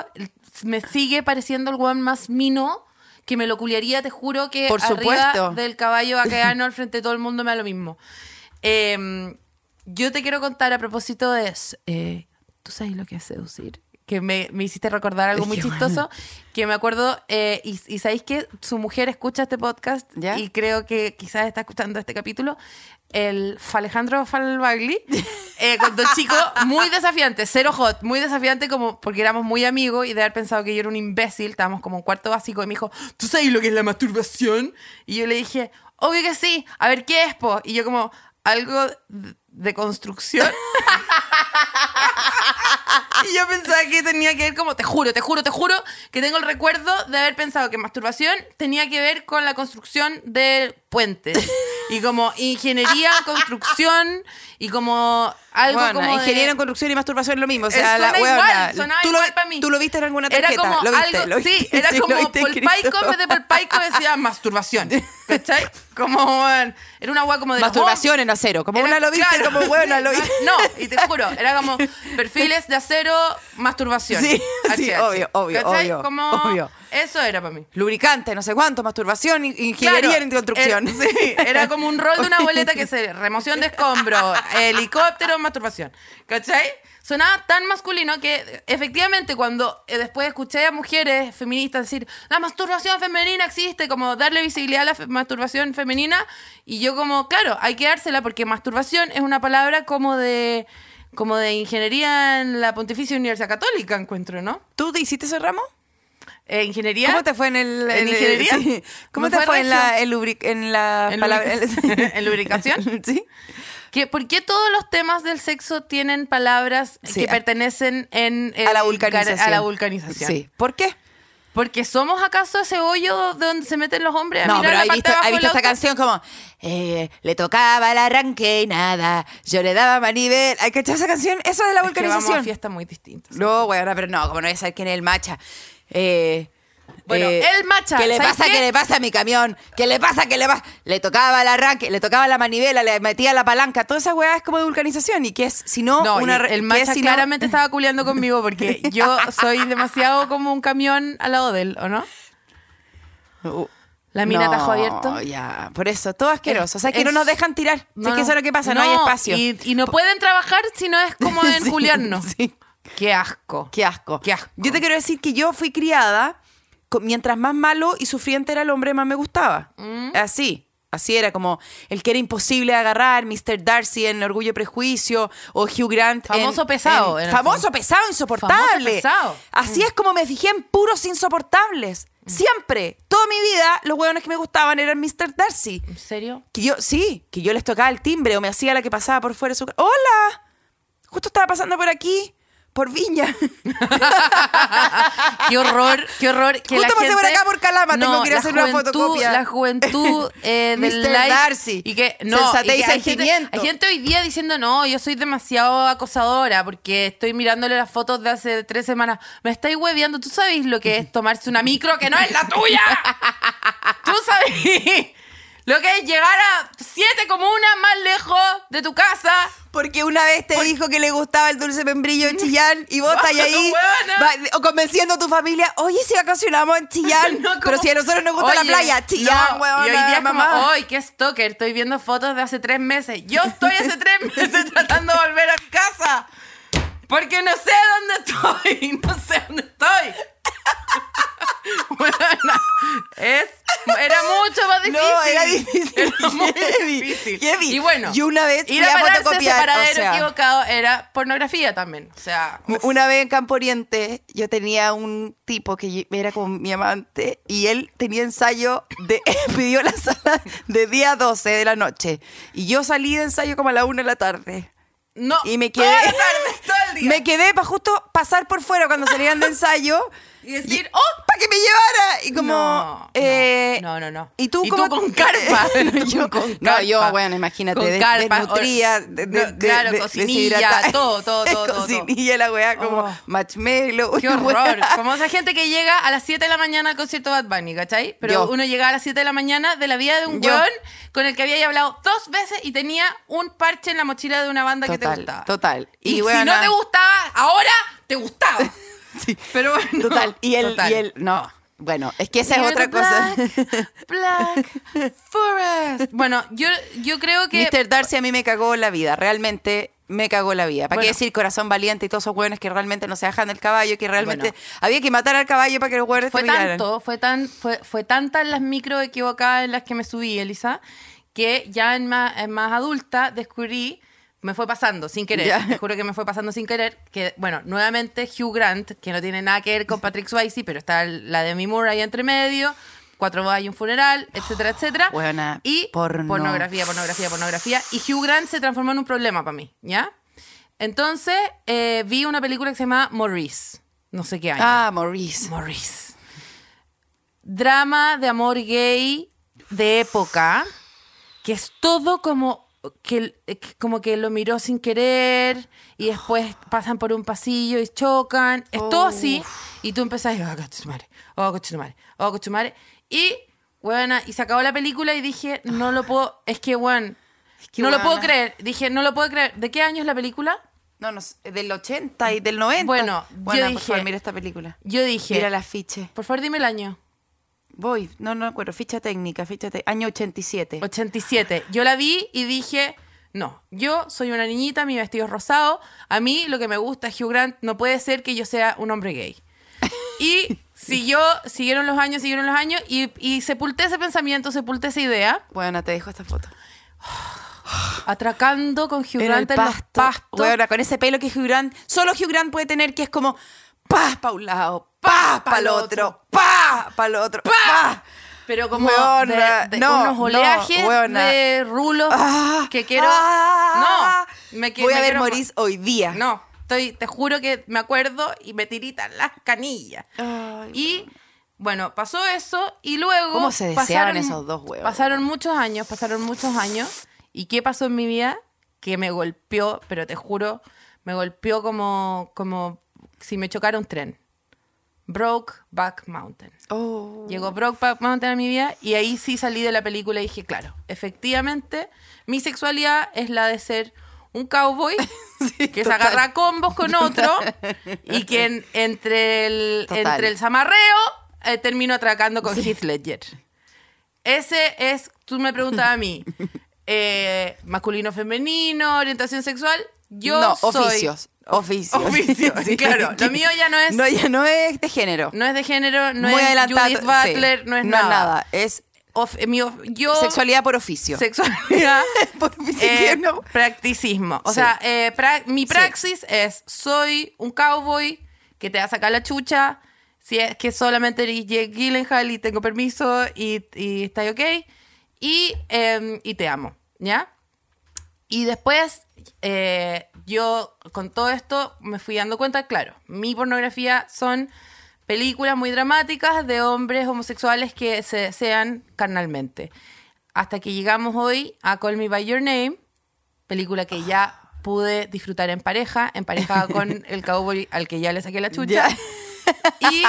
Speaker 4: me sigue pareciendo el weón más mino que me lo culiaría, te juro que
Speaker 3: Por supuesto.
Speaker 4: arriba del caballo a al frente de todo el mundo me da lo mismo. Eh, yo te quiero contar a propósito de... eh, ¿Tú sabes lo que es seducir? Que me, me hiciste recordar algo muy
Speaker 3: Qué bueno.
Speaker 4: chistoso. Que me acuerdo, eh, y, y sabéis que su mujer escucha este podcast
Speaker 3: ¿Ya?
Speaker 4: y creo que quizás está escuchando este capítulo. El Alejandro Falbagli, eh, cuando chico, muy desafiante, cero hot, muy desafiante, como porque éramos muy amigos y de haber pensado que yo era un imbécil, estábamos como en cuarto básico y me dijo, ¿tú sabes lo que es la masturbación? Y yo le dije, obvio que sí, a ver qué es, po. Y yo, como, algo de- de construcción. Y yo pensaba que tenía que ver como, te juro, te juro, te juro, que tengo el recuerdo de haber pensado que masturbación tenía que ver con la construcción de puentes. Y como ingeniería, construcción y como algo
Speaker 3: Bueno,
Speaker 4: como de-
Speaker 3: ingeniero en construcción y masturbación es lo mismo. O
Speaker 4: Eh,
Speaker 3: sea, la
Speaker 4: suena
Speaker 3: huevona,
Speaker 4: igual, suena
Speaker 3: tú,
Speaker 4: igual
Speaker 3: lo,
Speaker 4: pa' mí.
Speaker 3: tú lo viste en alguna
Speaker 4: Era
Speaker 3: tarjeta.
Speaker 4: como
Speaker 3: lo viste,
Speaker 4: algo,
Speaker 3: lo viste,
Speaker 4: sí, era
Speaker 3: sí, lo
Speaker 4: como
Speaker 3: viste escrito.
Speaker 4: polpaico, en vez de polpaico decía masturbación, ¿cachai? Como, eh, era una agua como de los
Speaker 3: Masturbación en acero. Como
Speaker 4: Era-
Speaker 3: una lo viste,
Speaker 4: claro.
Speaker 3: como buena lo
Speaker 4: Sí,
Speaker 3: viste.
Speaker 4: No, y te juro, era como perfiles de acero, masturbación.
Speaker 3: Sí, Sí,
Speaker 4: HH.
Speaker 3: obvio, obvio,
Speaker 4: ¿Cachai?
Speaker 3: obvio,
Speaker 4: Como-
Speaker 3: obvio.
Speaker 4: Eso era para mí.
Speaker 3: Lubricante, no sé cuánto, masturbación, in- ingeniería
Speaker 4: Claro,
Speaker 3: en construcción.
Speaker 4: Era, sí, era como un rol de una boleta que se remoción de escombro, helicóptero, masturbación. ¿Cachai? Sonaba tan masculino que efectivamente cuando eh, después escuché a mujeres feministas decir la masturbación femenina existe, como darle visibilidad a la fe- masturbación femenina, y yo como, claro, hay que dársela porque masturbación es una palabra como de como de ingeniería en la Pontificia Universidad Católica, encuentro, ¿no?
Speaker 3: ¿Tú te hiciste ese ramo?
Speaker 4: Eh, ingeniería.
Speaker 3: ¿Cómo te fue en el
Speaker 4: ¿En
Speaker 3: en el-
Speaker 4: ingeniería?
Speaker 3: sí. ¿Cómo
Speaker 4: Me
Speaker 3: te
Speaker 4: fue
Speaker 3: fue en la
Speaker 4: regio.
Speaker 3: el lubric- en la
Speaker 4: En
Speaker 3: palabra-
Speaker 4: lubric- en lubricación.
Speaker 3: Sí.
Speaker 4: Que, ¿Por qué todos los temas del sexo tienen palabras
Speaker 3: Sí,
Speaker 4: que
Speaker 3: a-
Speaker 4: pertenecen en el
Speaker 3: A la
Speaker 4: gar-
Speaker 3: vulcanización.
Speaker 4: a la vulcanización?
Speaker 3: Sí. ¿Por qué?
Speaker 4: Porque somos acaso ese hoyo de donde se meten los hombres a
Speaker 3: No,
Speaker 4: mirar
Speaker 3: pero
Speaker 4: la
Speaker 3: he
Speaker 4: parte
Speaker 3: visto,
Speaker 4: de abajo
Speaker 3: he visto esta
Speaker 4: del auto?
Speaker 3: canción como eh, le tocaba el arranque y nada, yo le daba manivela. ¿Hay que echar esa canción? Eso de la
Speaker 4: Es que vamos a
Speaker 3: vulcanización.
Speaker 4: fiestas muy distintas.
Speaker 3: No, bueno, pero no, como no voy a saber quién es el macha. Eh,
Speaker 4: Bueno, el macha,
Speaker 3: ¿Qué le
Speaker 4: ¿sabes
Speaker 3: pasa?
Speaker 4: qué?
Speaker 3: ¿Qué? le pasa a mi camión? ¿Qué le pasa? ¿Qué le pasa? Le tocaba el arranque, le tocaba la manivela, le metía la palanca. Toda esa weá es como de vulcanización. ¿Y qué es? Si no,
Speaker 4: No,
Speaker 3: una.
Speaker 4: y
Speaker 3: re-
Speaker 4: el
Speaker 3: qué
Speaker 4: macha
Speaker 3: es si no-
Speaker 4: claramente estaba culeando conmigo porque yo soy demasiado como un camión al lado de él, ¿o no?
Speaker 3: Uh,
Speaker 4: La mina
Speaker 3: no,
Speaker 4: tajo abierto.
Speaker 3: ya. Por eso, todo asqueroso. O sea, es que
Speaker 4: Es-
Speaker 3: no nos dejan tirar. Si es que eso es lo que pasa, no, hay espacio.
Speaker 4: Y, y no pueden trabajar si no es como en
Speaker 3: Sí,
Speaker 4: culiarnos.
Speaker 3: sí.
Speaker 4: Qué asco.
Speaker 3: Qué asco.
Speaker 4: Qué asco.
Speaker 3: Yo te quiero decir que yo fui criada, co- mientras más malo y sufriente era el hombre, más me gustaba.
Speaker 4: Mm.
Speaker 3: Así. Así era como el que era imposible de agarrar, Mr. Darcy en Orgullo y Prejuicio, o Hugh Grant. en-
Speaker 4: Famoso pesado,
Speaker 3: en-
Speaker 4: en el
Speaker 3: famoso
Speaker 4: fondo.
Speaker 3: pesado, insoportable.
Speaker 4: Famoso pesado. Mm.
Speaker 3: Así es como me fijé en puros insoportables. Siempre, toda mi vida, los hueones que me gustaban eran Mr. Darcy.
Speaker 4: ¿En serio?
Speaker 3: Que yo, sí, que yo les tocaba el timbre o me hacía la que pasaba por fuera de su ca- ¡Hola! Justo estaba pasando por aquí, por Viña.
Speaker 4: Qué horror, qué horror. Que
Speaker 3: Justo
Speaker 4: la
Speaker 3: pasé
Speaker 4: gente-
Speaker 3: por acá por Calama, tengo que ir a
Speaker 4: la
Speaker 3: hacer una
Speaker 4: juventud-
Speaker 3: fotocopia.
Speaker 4: La juventud eh, del
Speaker 3: Mr.
Speaker 4: like,
Speaker 3: Darcy,
Speaker 4: Y que, no,
Speaker 3: sensatez
Speaker 4: y que
Speaker 3: y
Speaker 4: hay, gente,
Speaker 3: sentimiento.
Speaker 4: hay gente hoy día diciendo, no, yo soy demasiado acosadora porque estoy mirándole las fotos de hace tres semanas. Me estáis hueveando. ¿Tú sabes lo que es tomarse una micro que no es la tuya? ¿Tú sabes lo que es llegar a siete comunas más lejos de tu casa?
Speaker 3: Porque una vez te dijo que le gustaba el dulce membrillo en Chillán y vos estás ahí
Speaker 4: Huevona.
Speaker 3: va- o convenciendo a tu familia, oye, si vacacionamos en Chillán,
Speaker 4: No, como-
Speaker 3: pero si a nosotros nos gusta la
Speaker 4: Oye,
Speaker 3: playa, Chillán,
Speaker 4: no,
Speaker 3: huevona,
Speaker 4: Y hoy día es
Speaker 3: mamá.
Speaker 4: como, ¡ay, qué stalker! Estoy viendo fotos de hace tres meses. Yo estoy hace tres meses tratando de volver a mi casa. Porque no sé dónde estoy. No sé dónde estoy. Bueno, es, era mucho más difícil.
Speaker 3: No, era difícil.
Speaker 4: Era muy
Speaker 3: Heavy,
Speaker 4: difícil.
Speaker 3: heavy.
Speaker 4: Y bueno,
Speaker 3: Yo una vez fui
Speaker 4: ir a
Speaker 3: a
Speaker 4: pararse a ese
Speaker 3: fotocopiar, o
Speaker 4: paradero
Speaker 3: sea.
Speaker 4: equivocado era pornografía también. O sea,
Speaker 3: Una vez en Campo Oriente, yo tenía un tipo que yo- era como mi amante y él tenía ensayo de. pidió la sala de día 12 de la noche. Y yo salí de ensayo como a la 1 de la tarde.
Speaker 4: no.
Speaker 3: Y me quedé.
Speaker 4: Toda la tarde, todo el día.
Speaker 3: Me quedé para justo pasar por fuera cuando salían de ensayo.
Speaker 4: Y decir, ¡oh!
Speaker 3: ¡Para que me llevara! Y como.
Speaker 4: No,
Speaker 3: eh,
Speaker 4: no, no, no.
Speaker 3: ¿Y tú,
Speaker 4: ¿Y
Speaker 3: cómo
Speaker 4: tú con carpa?
Speaker 3: No, yo,
Speaker 4: Tú con
Speaker 3: no, yo,
Speaker 4: carpa.
Speaker 3: bueno, imagínate.
Speaker 4: Con
Speaker 3: des-
Speaker 4: carpa,
Speaker 3: desnutrida,
Speaker 4: or-
Speaker 3: de- de-
Speaker 4: no,
Speaker 3: de-
Speaker 4: claro,
Speaker 3: de-
Speaker 4: cocinilla,
Speaker 3: deshidratada.
Speaker 4: todo, todo, todo, todo, todo.
Speaker 3: Cocinilla, la weá, como
Speaker 4: Oh.
Speaker 3: marshmallow.
Speaker 4: Qué horror. Como esa gente que llega a las 7 de la mañana al concierto de Bad Bunny, ¿cachai? Pero
Speaker 3: Yo.
Speaker 4: uno llega a las 7 de la mañana de la vida de un
Speaker 3: Yo.
Speaker 4: weón con el que había hablado dos veces y tenía un parche en la mochila de una banda que te
Speaker 3: Total,
Speaker 4: gustaba.
Speaker 3: total. Y
Speaker 4: Y, si
Speaker 3: weona-
Speaker 4: no te gustaba, ahora te gustaba.
Speaker 3: Sí.
Speaker 4: Pero bueno.
Speaker 3: Total. Y él,
Speaker 4: total.
Speaker 3: y él, no. Bueno, es que esa es
Speaker 4: You're
Speaker 3: otra
Speaker 4: the
Speaker 3: cosa.
Speaker 4: Black, black Forest. Bueno, yo, yo creo que.
Speaker 3: Mr. Darcy a mí me cagó la vida, realmente me cagó la vida. ¿Para qué
Speaker 4: Bueno.
Speaker 3: decir corazón valiente y todos esos hueones que realmente no se dejan del caballo, que realmente
Speaker 4: Bueno.
Speaker 3: había que matar al caballo para que los hueones
Speaker 4: fue
Speaker 3: terminaran?
Speaker 4: tanto, fue tan, fue, fue tantas las micro equivocadas en las que me subí, Elisa, que ya en más, en más adulta descubrí, me fue pasando sin querer,
Speaker 3: Ya.
Speaker 4: te juro que me fue pasando sin querer, que bueno, nuevamente Hugh Grant, que no tiene nada que ver con Patrick Swayze, pero está el- la de Demi Moore ahí entre medio, cuatro bodas y un funeral, etcétera, etcétera.
Speaker 3: Buena,
Speaker 4: y
Speaker 3: porno.
Speaker 4: pornografía, pornografía, pornografía. Y Hugh Grant se transformó en un problema para mí, ¿ya? Entonces eh, vi una película que se llama Maurice, no sé qué año.
Speaker 3: Ah, Maurice.
Speaker 4: Maurice. Drama de amor gay de época, que es todo como que, que como que lo miró sin querer y después pasan por un pasillo y chocan. Es
Speaker 3: Oh.
Speaker 4: todo así. Y tú empezás, oh, cochetumare, oh, cochetumare, oh, cochetumare. Y, bueno, y se acabó la película y dije, no lo puedo, es que, bueno,
Speaker 3: que,
Speaker 4: no lo
Speaker 3: weona.
Speaker 4: puedo creer. Dije, no lo puedo creer. ¿De qué año es la película?
Speaker 3: No, no, sé, del 80 y del 90.
Speaker 4: Bueno,
Speaker 3: bueno
Speaker 4: yo
Speaker 3: por
Speaker 4: dije-
Speaker 3: favor, mira esta película.
Speaker 4: Yo dije,
Speaker 3: Mira el afiche.
Speaker 4: por favor dime el año.
Speaker 3: Voy, no, no me acuerdo. Ficha técnica, ficha técnica. Año 87.
Speaker 4: 87. Yo la vi y dije, no, yo soy una niñita, mi vestido es rosado, a mí lo que me gusta es Hugh Grant, no puede ser que yo sea un hombre gay. Y siguió, siguieron los años, siguieron los años y, y sepulté ese pensamiento, sepulté esa idea,
Speaker 3: Bueno, te dejo esta foto.
Speaker 4: atracando con Hugh
Speaker 3: Era el
Speaker 4: Grant en los pastos.
Speaker 3: Weona, con ese pelo que Hugh Grant, solo Hugh Grant puede tener, que es como, pa, pa' un lado, pa, pa' el otro, pa, pa' el otro, pa.
Speaker 4: Pero como
Speaker 3: Weona,
Speaker 4: de, de
Speaker 3: no,
Speaker 4: unos
Speaker 3: no,
Speaker 4: oleajes
Speaker 3: weona.
Speaker 4: de rulos
Speaker 3: Ah,
Speaker 4: que quiero...
Speaker 3: ah,
Speaker 4: no, me, que-
Speaker 3: Voy a
Speaker 4: me
Speaker 3: ver
Speaker 4: quiero-
Speaker 3: Moris hoy día.
Speaker 4: No, estoy, te juro que me acuerdo y me tiritan las canillas.
Speaker 3: Ay,
Speaker 4: Y bueno, pasó eso y luego.
Speaker 3: ¿Cómo se deseaban esos dos huevos?
Speaker 4: Pasaron muchos años, pasaron muchos años. ¿Y qué pasó en mi vida? Que me golpeó, pero te juro, me golpeó como, como si me chocara un tren. Brokeback Mountain.
Speaker 3: Oh.
Speaker 4: Llegó Brokeback Mountain a mi vida y ahí sí salí de la película y dije, claro, efectivamente, mi sexualidad es la de ser un cowboy que se
Speaker 3: total.
Speaker 4: agarra a combos con otro y que en- entre, el,
Speaker 3: Total.
Speaker 4: entre el zamarreo eh, termino atracando con Heath Ledger. Ese es, tú me preguntabas a mí, eh, masculino, femenino, orientación sexual. Yo
Speaker 3: no,
Speaker 4: soy-
Speaker 3: oficios. Oficios.
Speaker 4: Oficios, sí, claro. Lo mío ya no es-
Speaker 3: No, ya no es de género.
Speaker 4: No es de género, no
Speaker 3: Muy
Speaker 4: es
Speaker 3: adelantado.
Speaker 4: Judith Butler,
Speaker 3: sí.
Speaker 4: no es
Speaker 3: No es
Speaker 4: nada.
Speaker 3: nada. Es
Speaker 4: Of- mi of- yo
Speaker 3: sexualidad por oficio.
Speaker 4: sexualidad
Speaker 3: Por oficio
Speaker 4: eh,
Speaker 3: que no-
Speaker 4: practicismo o
Speaker 3: Sí.
Speaker 4: sea eh, pra- mi praxis es soy un cowboy que te va a sacar la chucha si es que solamente eres Jake Gyllenhaal y tengo permiso y, y está ok y, em, y te amo ¿ya? Y después, eh, yo con todo esto me fui dando cuenta, claro, mi pornografía son películas muy dramáticas de hombres homosexuales que se desean carnalmente. Hasta que llegamos hoy a Call Me By Your Name, película que ya pude disfrutar en pareja, en pareja con el cowboy al que ya le saqué la
Speaker 3: Ya.
Speaker 4: chucha. Y,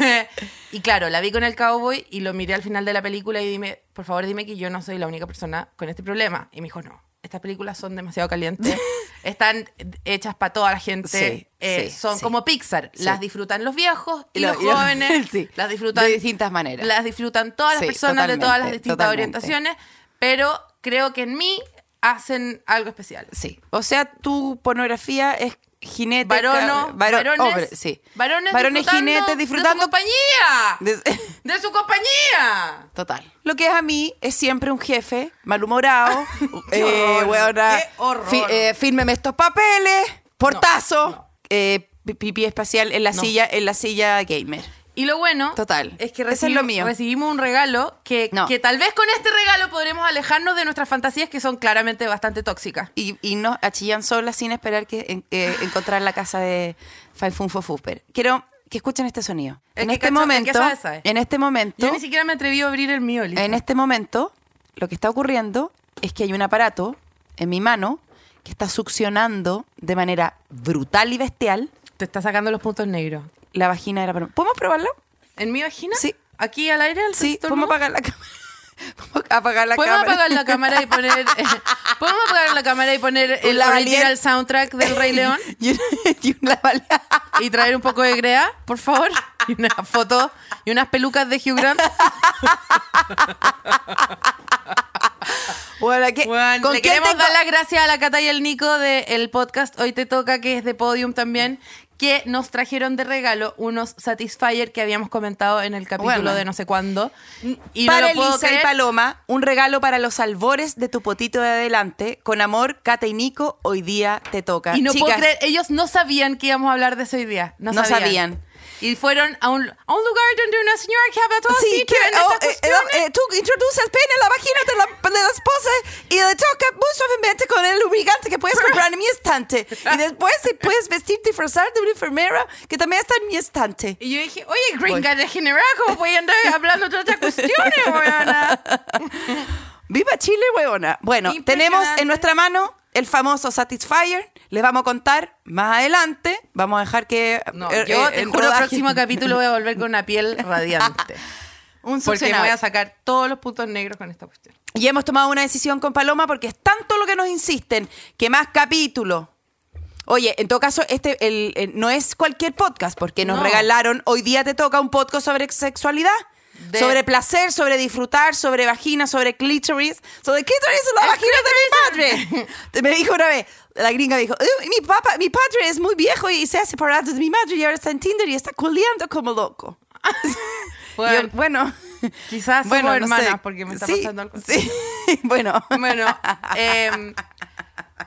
Speaker 4: eh, y claro, la vi con el cowboy y lo miré al final de la película y dime, por favor dime que yo no soy la única persona con este problema. Y me dijo, no, estas películas son demasiado calientes, están hechas para toda la gente,
Speaker 3: Sí,
Speaker 4: eh,
Speaker 3: sí,
Speaker 4: son
Speaker 3: sí.
Speaker 4: como Pixar,
Speaker 3: Sí.
Speaker 4: las disfrutan los viejos y,
Speaker 3: Lo-
Speaker 4: los jóvenes,
Speaker 3: sí.
Speaker 4: las disfrutan
Speaker 3: de distintas maneras.
Speaker 4: las disfrutan todas las
Speaker 3: Sí,
Speaker 4: personas de todas las
Speaker 3: totalmente,
Speaker 4: distintas
Speaker 3: totalmente.
Speaker 4: orientaciones, pero creo que en mí hacen algo especial.
Speaker 3: Sí. O sea, tu pornografía es jinete.
Speaker 4: Varono,
Speaker 3: ca- varo-
Speaker 4: varones,
Speaker 3: hombre, sí.
Speaker 4: varones,
Speaker 3: varones
Speaker 4: disfrutando
Speaker 3: jinetes
Speaker 4: de su
Speaker 3: disfrutando.
Speaker 4: compañía, de,
Speaker 3: de-
Speaker 4: su compañía.
Speaker 3: Total. Lo que es a mí es siempre un jefe malhumorado. eh,
Speaker 4: Qué horror,
Speaker 3: weona,
Speaker 4: qué horror.
Speaker 3: eh, fírmeme estos papeles. Portazo.
Speaker 4: no.
Speaker 3: eh, pi- pipí espacial en la
Speaker 4: No.
Speaker 3: silla, en la silla gamer.
Speaker 4: Y lo bueno
Speaker 3: Total.
Speaker 4: es que
Speaker 3: Eso es
Speaker 4: recibimos,
Speaker 3: lo mío.
Speaker 4: recibimos un regalo que,
Speaker 3: No.
Speaker 4: que tal vez con este regalo podremos alejarnos de nuestras fantasías que son claramente bastante tóxicas.
Speaker 3: Y, y nos achillan solas sin esperar que en- eh, encontrar la casa de Faifun Fosfusper. Quiero que escuchen este sonido.
Speaker 4: Es
Speaker 3: en
Speaker 4: que
Speaker 3: este
Speaker 4: cacho- es que
Speaker 3: momento,
Speaker 4: sabe, sabe.
Speaker 3: en este momento,
Speaker 4: Yo ni siquiera me atreví a abrir el mío, Lisa.
Speaker 3: En este momento, lo que está ocurriendo es que hay un aparato en mi mano que está succionando de manera brutal y bestial
Speaker 4: Te está sacando los puntos negros.
Speaker 3: la vagina de la paloma. ¿Podemos probarlo?
Speaker 4: ¿En mi vagina?
Speaker 3: Sí.
Speaker 4: ¿Aquí al aire? al
Speaker 3: Sí,
Speaker 4: sector
Speaker 3: podemos
Speaker 4: nuevo?
Speaker 3: apagar la cámara. Podemos apagar la
Speaker 4: ¿Podemos
Speaker 3: cámara.
Speaker 4: apagar la cámara y poner. eh, ¿Podemos apagar la cámara y poner el
Speaker 3: lavalier.
Speaker 4: original soundtrack del Rey León?
Speaker 3: y una, y un laval-
Speaker 4: Y traer un poco de Grea, por favor. Y una foto y unas pelucas de Hugh Grant.
Speaker 3: Bueno, ¿qué-
Speaker 4: Weón,
Speaker 3: ¿con
Speaker 4: le
Speaker 3: quién
Speaker 4: queremos
Speaker 3: tengo-
Speaker 4: dar las gracias a la Cata y el Nico del podcast Hoy Te Toca, que es de Podium también, que nos trajeron de regalo unos Satisfyer que habíamos comentado en el capítulo
Speaker 3: Bueno.
Speaker 4: de no sé cuándo. Y no
Speaker 3: para
Speaker 4: lo puedo
Speaker 3: Elisa y
Speaker 4: creer.
Speaker 3: Paloma, un regalo para los albores de tu potito de adelante. Con amor, Cata y Nico, hoy día te toca.
Speaker 4: Y no
Speaker 3: Chicas,
Speaker 4: puedo creer, ellos no sabían que íbamos a hablar de eso hoy día. No,
Speaker 3: No
Speaker 4: sabían.
Speaker 3: sabían.
Speaker 4: Y fueron a un, a un lugar donde una señora que habla todo
Speaker 3: Sí,
Speaker 4: así,
Speaker 3: que-
Speaker 4: que vende
Speaker 3: oh,
Speaker 4: estas
Speaker 3: eh, eh,
Speaker 4: cuestiones.
Speaker 3: eh, tú introduces el pene en la vagina de la, de la esposa y le toca muy suavemente con el lubricante que puedes comprar en mi estante. Y después te puedes vestirte y disfrazar de una enfermera que también está en mi estante.
Speaker 4: Y yo dije, oye, gringa degenerada, ¿cómo voy a andar hablando todas estas cuestiones, weona?
Speaker 3: ¡Viva Chile, huevona! Bueno, tenemos
Speaker 4: Impresionante.
Speaker 3: en nuestra mano el famoso Satisfyer. Les vamos a contar más adelante. Vamos a dejar que...
Speaker 4: No,
Speaker 3: eh,
Speaker 4: yo
Speaker 3: eh,
Speaker 4: te
Speaker 3: el
Speaker 4: juro, el
Speaker 3: rodaje-
Speaker 4: próximo capítulo voy a volver con una piel radiante.
Speaker 3: Un
Speaker 4: Porque me voy
Speaker 3: succionado.
Speaker 4: a sacar todos los puntos negros con esta cuestión.
Speaker 3: Y hemos tomado una decisión con Paloma porque es tanto lo que nos insisten que más capítulo, Oye, en todo caso, este el- el- no es cualquier podcast, porque nos
Speaker 4: No.
Speaker 3: regalaron, hoy día te toca un podcast sobre sexualidad.
Speaker 4: De-
Speaker 3: Sobre placer, sobre disfrutar, sobre vagina, sobre clítoris. Sobre clítoris es la vagina de mi padre. Me dijo una vez, la gringa me dijo, "Eh, mi papá, mi padre es muy viejo y se ha separado de mi madre y ahora está en Tinder y está culeando como loco.
Speaker 4: Bueno,
Speaker 3: Yo, bueno.
Speaker 4: Quizás bueno,
Speaker 3: no
Speaker 4: hermanas,
Speaker 3: sé.
Speaker 4: porque me está
Speaker 3: Sí,
Speaker 4: pasando algo.
Speaker 3: Sí, bueno.
Speaker 4: Bueno, em,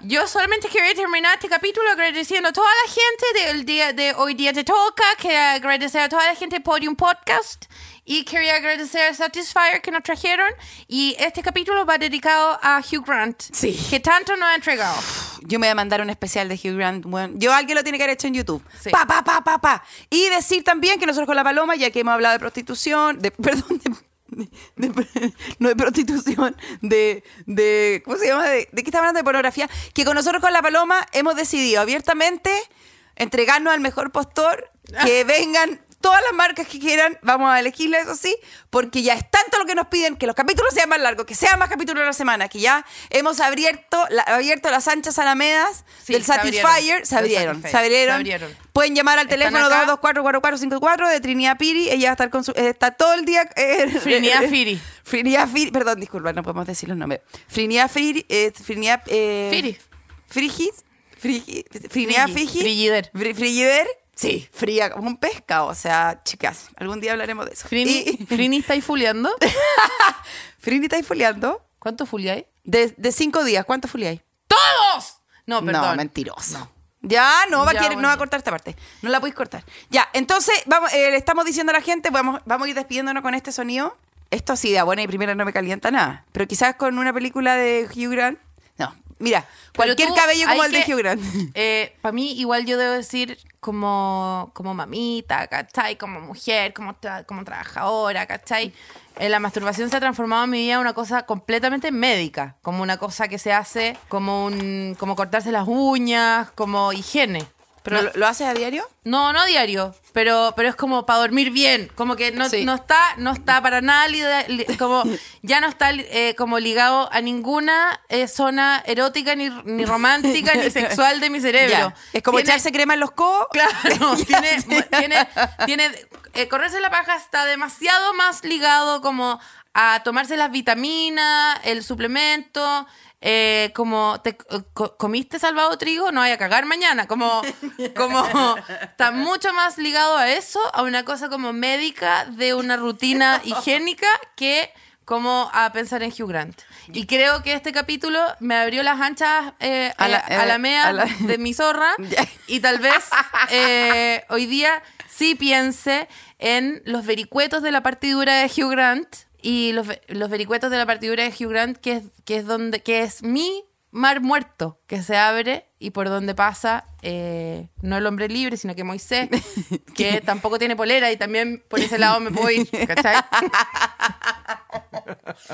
Speaker 4: yo solamente quería terminar este capítulo agradeciendo a toda la gente del día de hoy día te toca, quería agradecer a toda la gente de Podium Podcast y quería agradecer a Satisfyer que nos trajeron y este capítulo va dedicado a Hugh Grant,
Speaker 3: Sí.
Speaker 4: que tanto nos ha entregado.
Speaker 3: Yo me voy a mandar un especial de Hugh Grant. Bueno, yo alguien lo tiene que haber hecho en YouTube.
Speaker 4: Sí.
Speaker 3: Pa, pa, pa, pa, pa. Y decir también que nosotros con la paloma, ya que hemos hablado de prostitución, de, perdón, de- de- de- no de prostitución, de, de, ¿cómo se llama? ¿De, de qué está hablando? De pornografía. Que con nosotros con la paloma hemos decidido abiertamente entregarnos al mejor postor, que vengan todas las marcas que quieran, vamos a elegirla, eso sí, porque ya es tanto lo que nos piden que los capítulos sean más largos, que sean más capítulos a la semana, que ya hemos abierto, la- abierto las anchas alamedas
Speaker 4: Sí,
Speaker 3: del
Speaker 4: se abrieron.
Speaker 3: Satisfyer, se
Speaker 4: Del
Speaker 3: abrieron, se
Speaker 4: Satisfyer,
Speaker 3: abrieron.
Speaker 4: se abrieron.
Speaker 3: Pueden llamar al
Speaker 4: Están
Speaker 3: teléfono
Speaker 4: acá.
Speaker 3: 224-4454 de Trinidad Piri, ella va a estar con su- eh, está todo el día... eh,
Speaker 4: Trinidad Firi.
Speaker 3: Trinidad Firi, perdón, disculpa, no podemos decir los nombres. Trinidad Firi, eh, Trinidad... eh,
Speaker 4: Firi.
Speaker 3: Frigis, Frigi, Trinidad
Speaker 4: Frigi,
Speaker 3: Fiji.
Speaker 4: Frigider.
Speaker 3: Fri- Frigider, sí, fría como un pescado. O sea, chicas, algún día hablaremos de eso.
Speaker 4: Frini,
Speaker 3: Y-
Speaker 4: Frini está ahí fuleando.
Speaker 3: Frini está ahí foliando.
Speaker 4: ¿Cuánto fuleáis?
Speaker 3: De, de cinco días, ¿cuánto foliáis?
Speaker 4: ¡Todos! No,
Speaker 3: No,
Speaker 4: perdón.
Speaker 3: mentiroso. Ya, no va, a
Speaker 4: Ya,
Speaker 3: querer- no
Speaker 4: bueno.
Speaker 3: va a cortar esta parte. No la podéis cortar. Ya, entonces vamos, eh, le estamos diciendo a la gente, vamos, vamos a ir despidiéndonos con este sonido. Esto sí da buena y primera no me calienta nada. Pero quizás con una película de Hugh Grant. No, mira,
Speaker 4: Pero
Speaker 3: cualquier
Speaker 4: tú,
Speaker 3: cabello como
Speaker 4: hay
Speaker 3: el
Speaker 4: que-
Speaker 3: de Hugh Grant.
Speaker 4: Eh, Para mí, igual yo debo decir como, como mamita, ¿cachai? Como mujer, como, tra- como trabajadora, ¿cachai? Eh, la masturbación se ha transformado en mi vida en una cosa completamente médica, como una cosa que se hace como un como cortarse las uñas, como higiene.
Speaker 3: ¿Pero
Speaker 4: Pero
Speaker 3: lo, lo haces a diario?
Speaker 4: no, no a diario, pero, pero es como para dormir bien, como que no,
Speaker 3: Sí.
Speaker 4: no está no está para nada, li- li- como ya no está eh, como ligado a ninguna eh, zona erótica, ni, ni romántica, ni sexual de mi cerebro.
Speaker 3: Ya. Es como
Speaker 4: Tiene-
Speaker 3: echarse crema en los codos.
Speaker 4: Claro,
Speaker 3: Ya,
Speaker 4: tiene, eh,
Speaker 3: sí.
Speaker 4: tiene, tiene- eh, correrse la paja está demasiado más ligado como a tomarse las vitaminas, el suplemento, eh, como te eh, co- comiste salvado trigo, no vaya a cagar mañana, como, como está mucho más ligado a eso, a una cosa como médica de una rutina higiénica que como a pensar en Hugh Grant. Y creo que este capítulo me abrió las anchas eh,
Speaker 3: A
Speaker 4: a
Speaker 3: la-
Speaker 4: la,
Speaker 3: eh, a la-
Speaker 4: de mi zorra
Speaker 3: Ya.
Speaker 4: y tal vez eh, hoy día sí piense en los vericuetos de la partidura de Hugh Grant y los, ve- los vericuetos de la partidura de Hugh Grant que es, que es donde que es mi mar muerto que se abre y por donde pasa eh, no el hombre libre sino que Moisés que tampoco tiene polera y también por ese lado me puedo ir ¿cachai?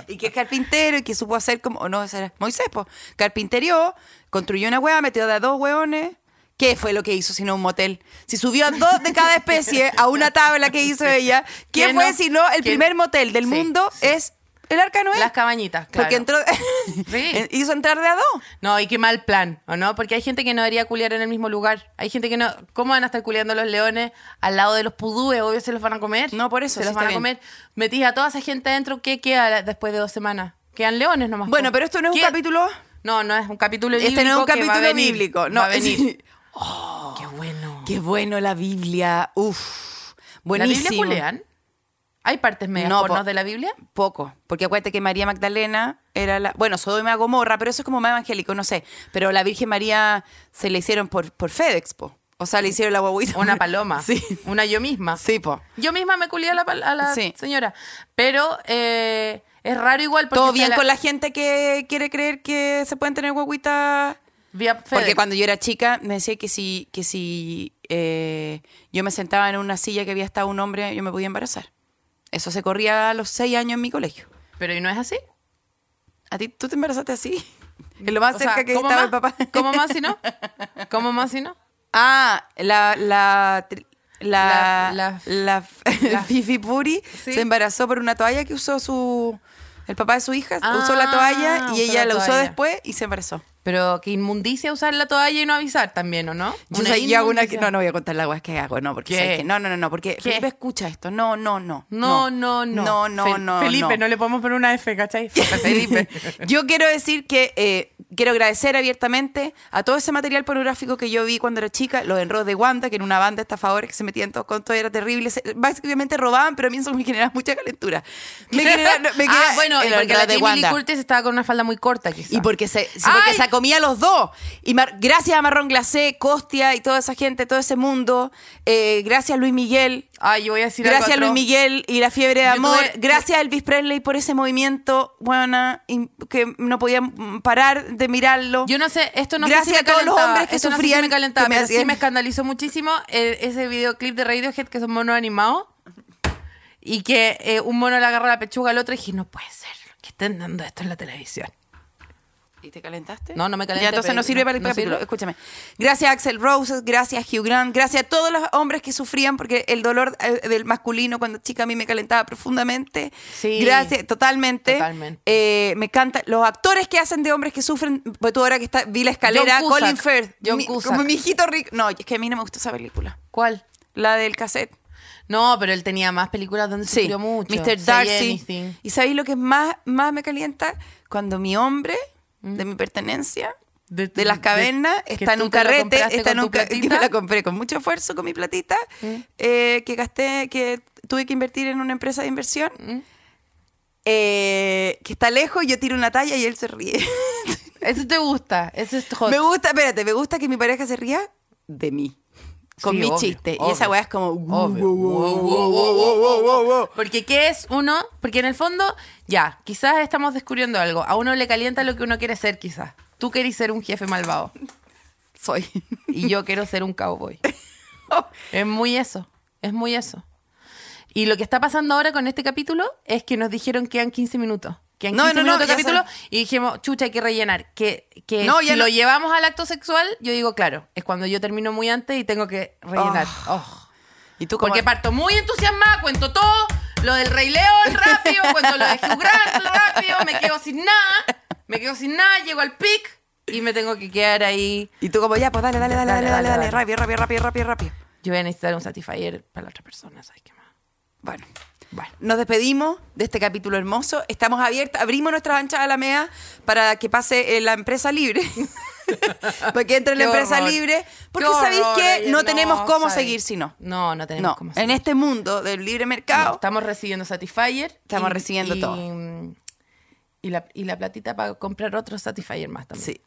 Speaker 3: Y que es carpintero y que supo hacer como. O no, ese era Moisés, pues. Carpinterió, construyó una hueá, metió de a dos hueones. ¿Qué fue lo que hizo sino un motel? Si subió a dos de cada especie a una tabla que hizo ella, ¿qué
Speaker 4: ¿Qué
Speaker 3: fue
Speaker 4: no?
Speaker 3: sino el
Speaker 4: ¿Qué-
Speaker 3: primer motel del
Speaker 4: Sí,
Speaker 3: mundo?
Speaker 4: sí.
Speaker 3: Es el arca de Noé.
Speaker 4: las cabañitas claro.
Speaker 3: Porque entró.
Speaker 4: Sí.
Speaker 3: hizo entrar de a dos.
Speaker 4: No, y qué mal plan, ¿o no? Porque hay gente que no debería culiar en el mismo lugar. Hay gente que no. ¿Cómo van a estar culiando los leones al lado de los pudúes? Obvio se los van a comer.
Speaker 3: No, por eso,
Speaker 4: Se
Speaker 3: sí
Speaker 4: los van
Speaker 3: está
Speaker 4: a comer. Metís a toda esa gente adentro, ¿qué queda después de dos semanas? Quedan leones nomás.
Speaker 3: Bueno,
Speaker 4: po.
Speaker 3: pero esto no es
Speaker 4: ¿Qué?
Speaker 3: un capítulo.
Speaker 4: No, no es un capítulo bíblico.
Speaker 3: Este no es un
Speaker 4: que va a
Speaker 3: capítulo
Speaker 4: venir.
Speaker 3: bíblico. No,
Speaker 4: Va a venir. Oh, Qué bueno.
Speaker 3: Qué bueno la Biblia. Uf.
Speaker 4: ¿La
Speaker 3: Buenísimo.
Speaker 4: Biblia culean? ¿Hay partes medias
Speaker 3: No, po-
Speaker 4: pornos de la Biblia?
Speaker 3: Poco, porque acuérdate que María Magdalena era la, bueno, Sodoma y Gomorra, pero eso es como más evangélico, no sé, pero la Virgen María se le hicieron por, por FedEx, po. O sea, le hicieron la guaguita.
Speaker 4: Una paloma.
Speaker 3: Sí.
Speaker 4: Una yo misma.
Speaker 3: Sí, po.
Speaker 4: Yo misma me culié a la, pal- a la
Speaker 3: Sí.
Speaker 4: señora. Pero eh, es raro igual porque.
Speaker 3: Todo
Speaker 4: se
Speaker 3: bien con la gente que quiere creer que se pueden tener guaguitas.
Speaker 4: Vía
Speaker 3: Porque
Speaker 4: FedEx.
Speaker 3: cuando yo era chica me decía que si, que si eh, yo me sentaba en una silla que había estado un hombre, yo me podía embarazar. Eso se corría a los seis años en mi colegio.
Speaker 4: Pero ¿y no es así?
Speaker 3: ¿A ti tú te embarazaste así? En lo más
Speaker 4: O sea,
Speaker 3: cerca que
Speaker 4: ¿cómo
Speaker 3: estaba el
Speaker 4: más?
Speaker 3: papá.
Speaker 4: ¿Cómo más si no? ¿Cómo más si no?
Speaker 3: Ah, la la tri- la
Speaker 4: La-
Speaker 3: la, Fifi Puri
Speaker 4: Sí.
Speaker 3: se embarazó por una toalla que usó su El papá de su hija
Speaker 4: Ah,
Speaker 3: usó la toalla
Speaker 4: usó
Speaker 3: y ella la,
Speaker 4: la
Speaker 3: usó
Speaker 4: toalla.
Speaker 3: después y se embarazó.
Speaker 4: Pero que inmundicia usar la toalla y no avisar también, ¿o no?
Speaker 3: Yo, sé- yo hago una que-
Speaker 4: inmundicia.
Speaker 3: no, no voy a contar la weá que hago, no, porque
Speaker 4: ¿Qué?
Speaker 3: sabes que- no, no, no, no, porque
Speaker 4: ¿Qué?
Speaker 3: Felipe escucha esto. No, no, no.
Speaker 4: No, no, no.
Speaker 3: No, no,
Speaker 4: Fe-
Speaker 3: no.
Speaker 4: Felipe, no.
Speaker 3: no.
Speaker 4: le podemos poner una F, ¿cachai? F, Felipe.
Speaker 3: Yo quiero decir que eh, quiero agradecer abiertamente a todo ese material pornográfico que yo vi cuando era chica, los enros de Wanda, que era una banda de estafadores que se metían todos con todo, era terrible. Se- básicamente robaban, pero a mí eso me generaba mucha calentura. Me generaba, me
Speaker 4: ah,
Speaker 3: generaba
Speaker 4: bueno, y
Speaker 3: el
Speaker 4: porque
Speaker 3: enro
Speaker 4: la
Speaker 3: de
Speaker 4: Jamie Lee
Speaker 3: Wanda.
Speaker 4: Curtis estaba con una falda muy corta, quizás.
Speaker 3: Y porque se, sí, porque
Speaker 4: ¡Ay!
Speaker 3: se comía los dos. Y Mar- gracias a Marrón Glacé, Costia y toda esa gente, todo ese mundo. Eh, gracias a Luis Miguel.
Speaker 4: Ay, yo voy a decir algo
Speaker 3: Gracias a
Speaker 4: atroz.
Speaker 3: Luis Miguel y la fiebre de
Speaker 4: Yo
Speaker 3: amor.
Speaker 4: tuve-
Speaker 3: gracias a Elvis Presley por ese movimiento, buena, que no podía mm, parar de mirarlo.
Speaker 4: Yo no sé, esto no sé
Speaker 3: Gracias
Speaker 4: si me
Speaker 3: a todos los
Speaker 4: calentaba,
Speaker 3: hombres que
Speaker 4: esto no sé si
Speaker 3: sufrían,
Speaker 4: me calentaba,
Speaker 3: que me
Speaker 4: pero sí
Speaker 3: hacían-
Speaker 4: me escandalizó muchísimo eh, ese videoclip de Radiohead que son monos animados y que eh, un mono le agarra la pechuga al otro y dije, no puede ser que estén dando esto en la televisión.
Speaker 3: ¿Y te calentaste?
Speaker 4: No, no me calenté,
Speaker 3: Ya, entonces
Speaker 4: pero-
Speaker 3: no sirve para el
Speaker 4: no
Speaker 3: capítulo.
Speaker 4: sirve.
Speaker 3: Escúchame. Gracias a Axel Rose, gracias a Hugh Grant, gracias a todos los hombres que sufrían porque el dolor eh, del masculino cuando chica a mí me calentaba profundamente.
Speaker 4: Sí.
Speaker 3: Gracias, totalmente.
Speaker 4: Totalmente.
Speaker 3: Eh, me encanta. Los actores que hacen de hombres que sufren, pues tú ahora que está, vi la escalera,
Speaker 4: John Cusack.
Speaker 3: Colin Firth,
Speaker 4: John
Speaker 3: mi-
Speaker 4: Cusack.
Speaker 3: como mi hijito rico. No, es que a mí no me gustó esa película.
Speaker 4: ¿Cuál?
Speaker 3: La del cassette.
Speaker 4: No, pero él tenía más películas donde
Speaker 3: Sí,
Speaker 4: sufrió mucho.
Speaker 3: Mr.
Speaker 4: Say
Speaker 3: Darcy.
Speaker 4: Anything.
Speaker 3: ¿Y sabéis lo que más, más me calienta? Cuando mi hombre de mi pertenencia,
Speaker 4: De-
Speaker 3: de, las
Speaker 4: de-
Speaker 3: cavernas,
Speaker 4: que
Speaker 3: está en
Speaker 4: tú
Speaker 3: un
Speaker 4: te la
Speaker 3: carrete,
Speaker 4: compraste
Speaker 3: está
Speaker 4: con
Speaker 3: en
Speaker 4: tu
Speaker 3: un ca- que
Speaker 4: platita.
Speaker 3: me la compré con mucho esfuerzo con mi platita, eh, que gasté, que tuve que invertir en una empresa de inversión, eh, que está lejos, yo tiro una talla y él se ríe.
Speaker 4: Eso te gusta, eso es hot.
Speaker 3: me gusta, espérate, me gusta que mi pareja se ría de mí. Con
Speaker 4: Sí,
Speaker 3: mi
Speaker 4: obvio,
Speaker 3: chiste.
Speaker 4: obvio.
Speaker 3: y esa weá es como.
Speaker 4: Obvio. Wow, wow, wow, wow, wow, wow. Porque ¿qué es uno? Porque en el fondo, ya, quizás estamos descubriendo algo. A uno le calienta lo que uno quiere ser, quizás. Tú querés ser un jefe malvado
Speaker 3: Soy.
Speaker 4: y yo quiero ser un cowboy. Es muy eso, es muy eso. Y lo que está pasando ahora con este capítulo es que nos dijeron que quedan 15 minutos. Que
Speaker 3: No,
Speaker 4: 15
Speaker 3: no, no,
Speaker 4: minutos de
Speaker 3: ya
Speaker 4: capítulo
Speaker 3: son-
Speaker 4: y dijimos, chucha, hay que rellenar. Que, que
Speaker 3: No,
Speaker 4: si
Speaker 3: ya
Speaker 4: lo
Speaker 3: no-
Speaker 4: llevamos al acto sexual, yo digo, claro, es cuando yo termino muy antes y tengo que rellenar. Oh.
Speaker 3: ¿Y tú cómo-
Speaker 4: Porque parto muy entusiasmada, cuento todo, lo del Rey León rápido, cuento lo de Hugh Grant rápido, me quedo sin nada, me quedo sin nada, llego al pic y me tengo que quedar ahí.
Speaker 3: Y tú como, ya, pues dale, dale, dale, dale, dale,
Speaker 4: dale,
Speaker 3: dale, rápido, rápido, rápido, rápido, rápido.
Speaker 4: Yo voy a necesitar un satisfier para la otra persona, ¿sabes qué más?
Speaker 3: Bueno,
Speaker 4: Bueno.
Speaker 3: nos despedimos de este capítulo hermoso. Estamos abiertos, abrimos nuestras anchas a la MEA para que pase eh, la empresa libre. para que entre la
Speaker 4: Qué
Speaker 3: empresa
Speaker 4: horror.
Speaker 3: libre. Porque
Speaker 4: Qué
Speaker 3: sabéis
Speaker 4: horror,
Speaker 3: que
Speaker 4: oye,
Speaker 3: no, tenemos cómo
Speaker 4: sabéis.
Speaker 3: seguir si no.
Speaker 4: No, no tenemos
Speaker 3: No,
Speaker 4: cómo seguir.
Speaker 3: en este mundo del libre mercado.
Speaker 4: No, estamos recibiendo Satisfyer.
Speaker 3: Estamos recibiendo
Speaker 4: y- mm,
Speaker 3: todo.
Speaker 4: Y la, y la platita para comprar otro Satisfyer más también.
Speaker 3: Sí.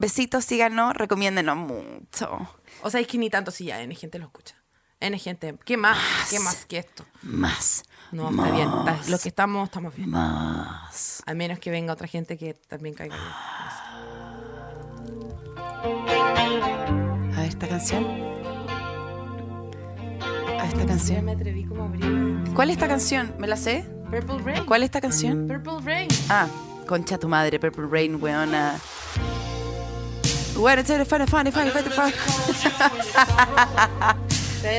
Speaker 3: Besitos, síganos, recomiéndenos mucho.
Speaker 4: O sea, es que ni tanto si ya N gente lo escucha. N gente, ¿qué más? ¿Qué más que esto?
Speaker 3: Más.
Speaker 4: No, está bien. está- los que estamos, estamos bien.
Speaker 3: Más.
Speaker 4: A menos que venga otra gente que también caiga bien.
Speaker 3: A ver esta canción. A esta
Speaker 4: Ya
Speaker 3: canción.
Speaker 4: me atreví como a abrir.
Speaker 3: ¿Cuál es esta canción? ¿Me la sé?
Speaker 4: Purple Rain.
Speaker 3: ¿Cuál es esta canción?
Speaker 4: Purple Rain.
Speaker 3: Ah, concha tu madre, Purple Rain, weona. Bueno, it's a funny, funny, funny, funny, funny.
Speaker 4: Te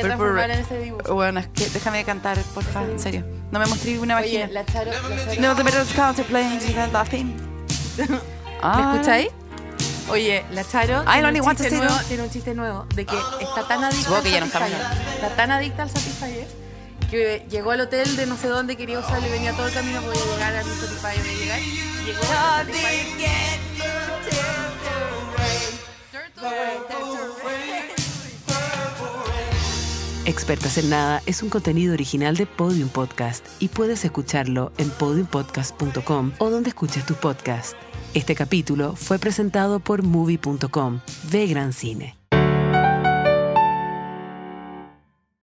Speaker 3: Purple
Speaker 4: voy a transformar
Speaker 3: Rain.
Speaker 4: en ese dibujo.
Speaker 3: Weona, es que déjame cantar, porfa, en serio. No me mostré una
Speaker 4: Oye,
Speaker 3: vagina.
Speaker 4: la Charo. la Charo-
Speaker 3: No, the middle of the counter playing, she's not laughing.
Speaker 4: ¿Me
Speaker 3: Ah.
Speaker 4: escucháis? Oye, la Charo
Speaker 3: I
Speaker 4: tiene
Speaker 3: only
Speaker 4: un,
Speaker 3: want to
Speaker 4: chiste
Speaker 3: see
Speaker 4: nuevo,
Speaker 3: you.
Speaker 4: tiene un chiste nuevo de que está tan adicta
Speaker 3: Supongo
Speaker 4: al
Speaker 3: que ya no estamos
Speaker 4: Satisfyer, está tan adicta al Satisfyer que llegó al hotel de no sé dónde quería usarlo y venía todo el camino voy a llegar a mi Satisfyer, voy a llegar y llegó al Satisfyer. Turtle Rain, Turtle Rain.
Speaker 1: Expertas en Nada es un contenido original de Podium Podcast y puedes escucharlo en podiumpodcast.com o donde escuches tus podcasts. Este capítulo fue presentado por Movie.com. Ve gran cine.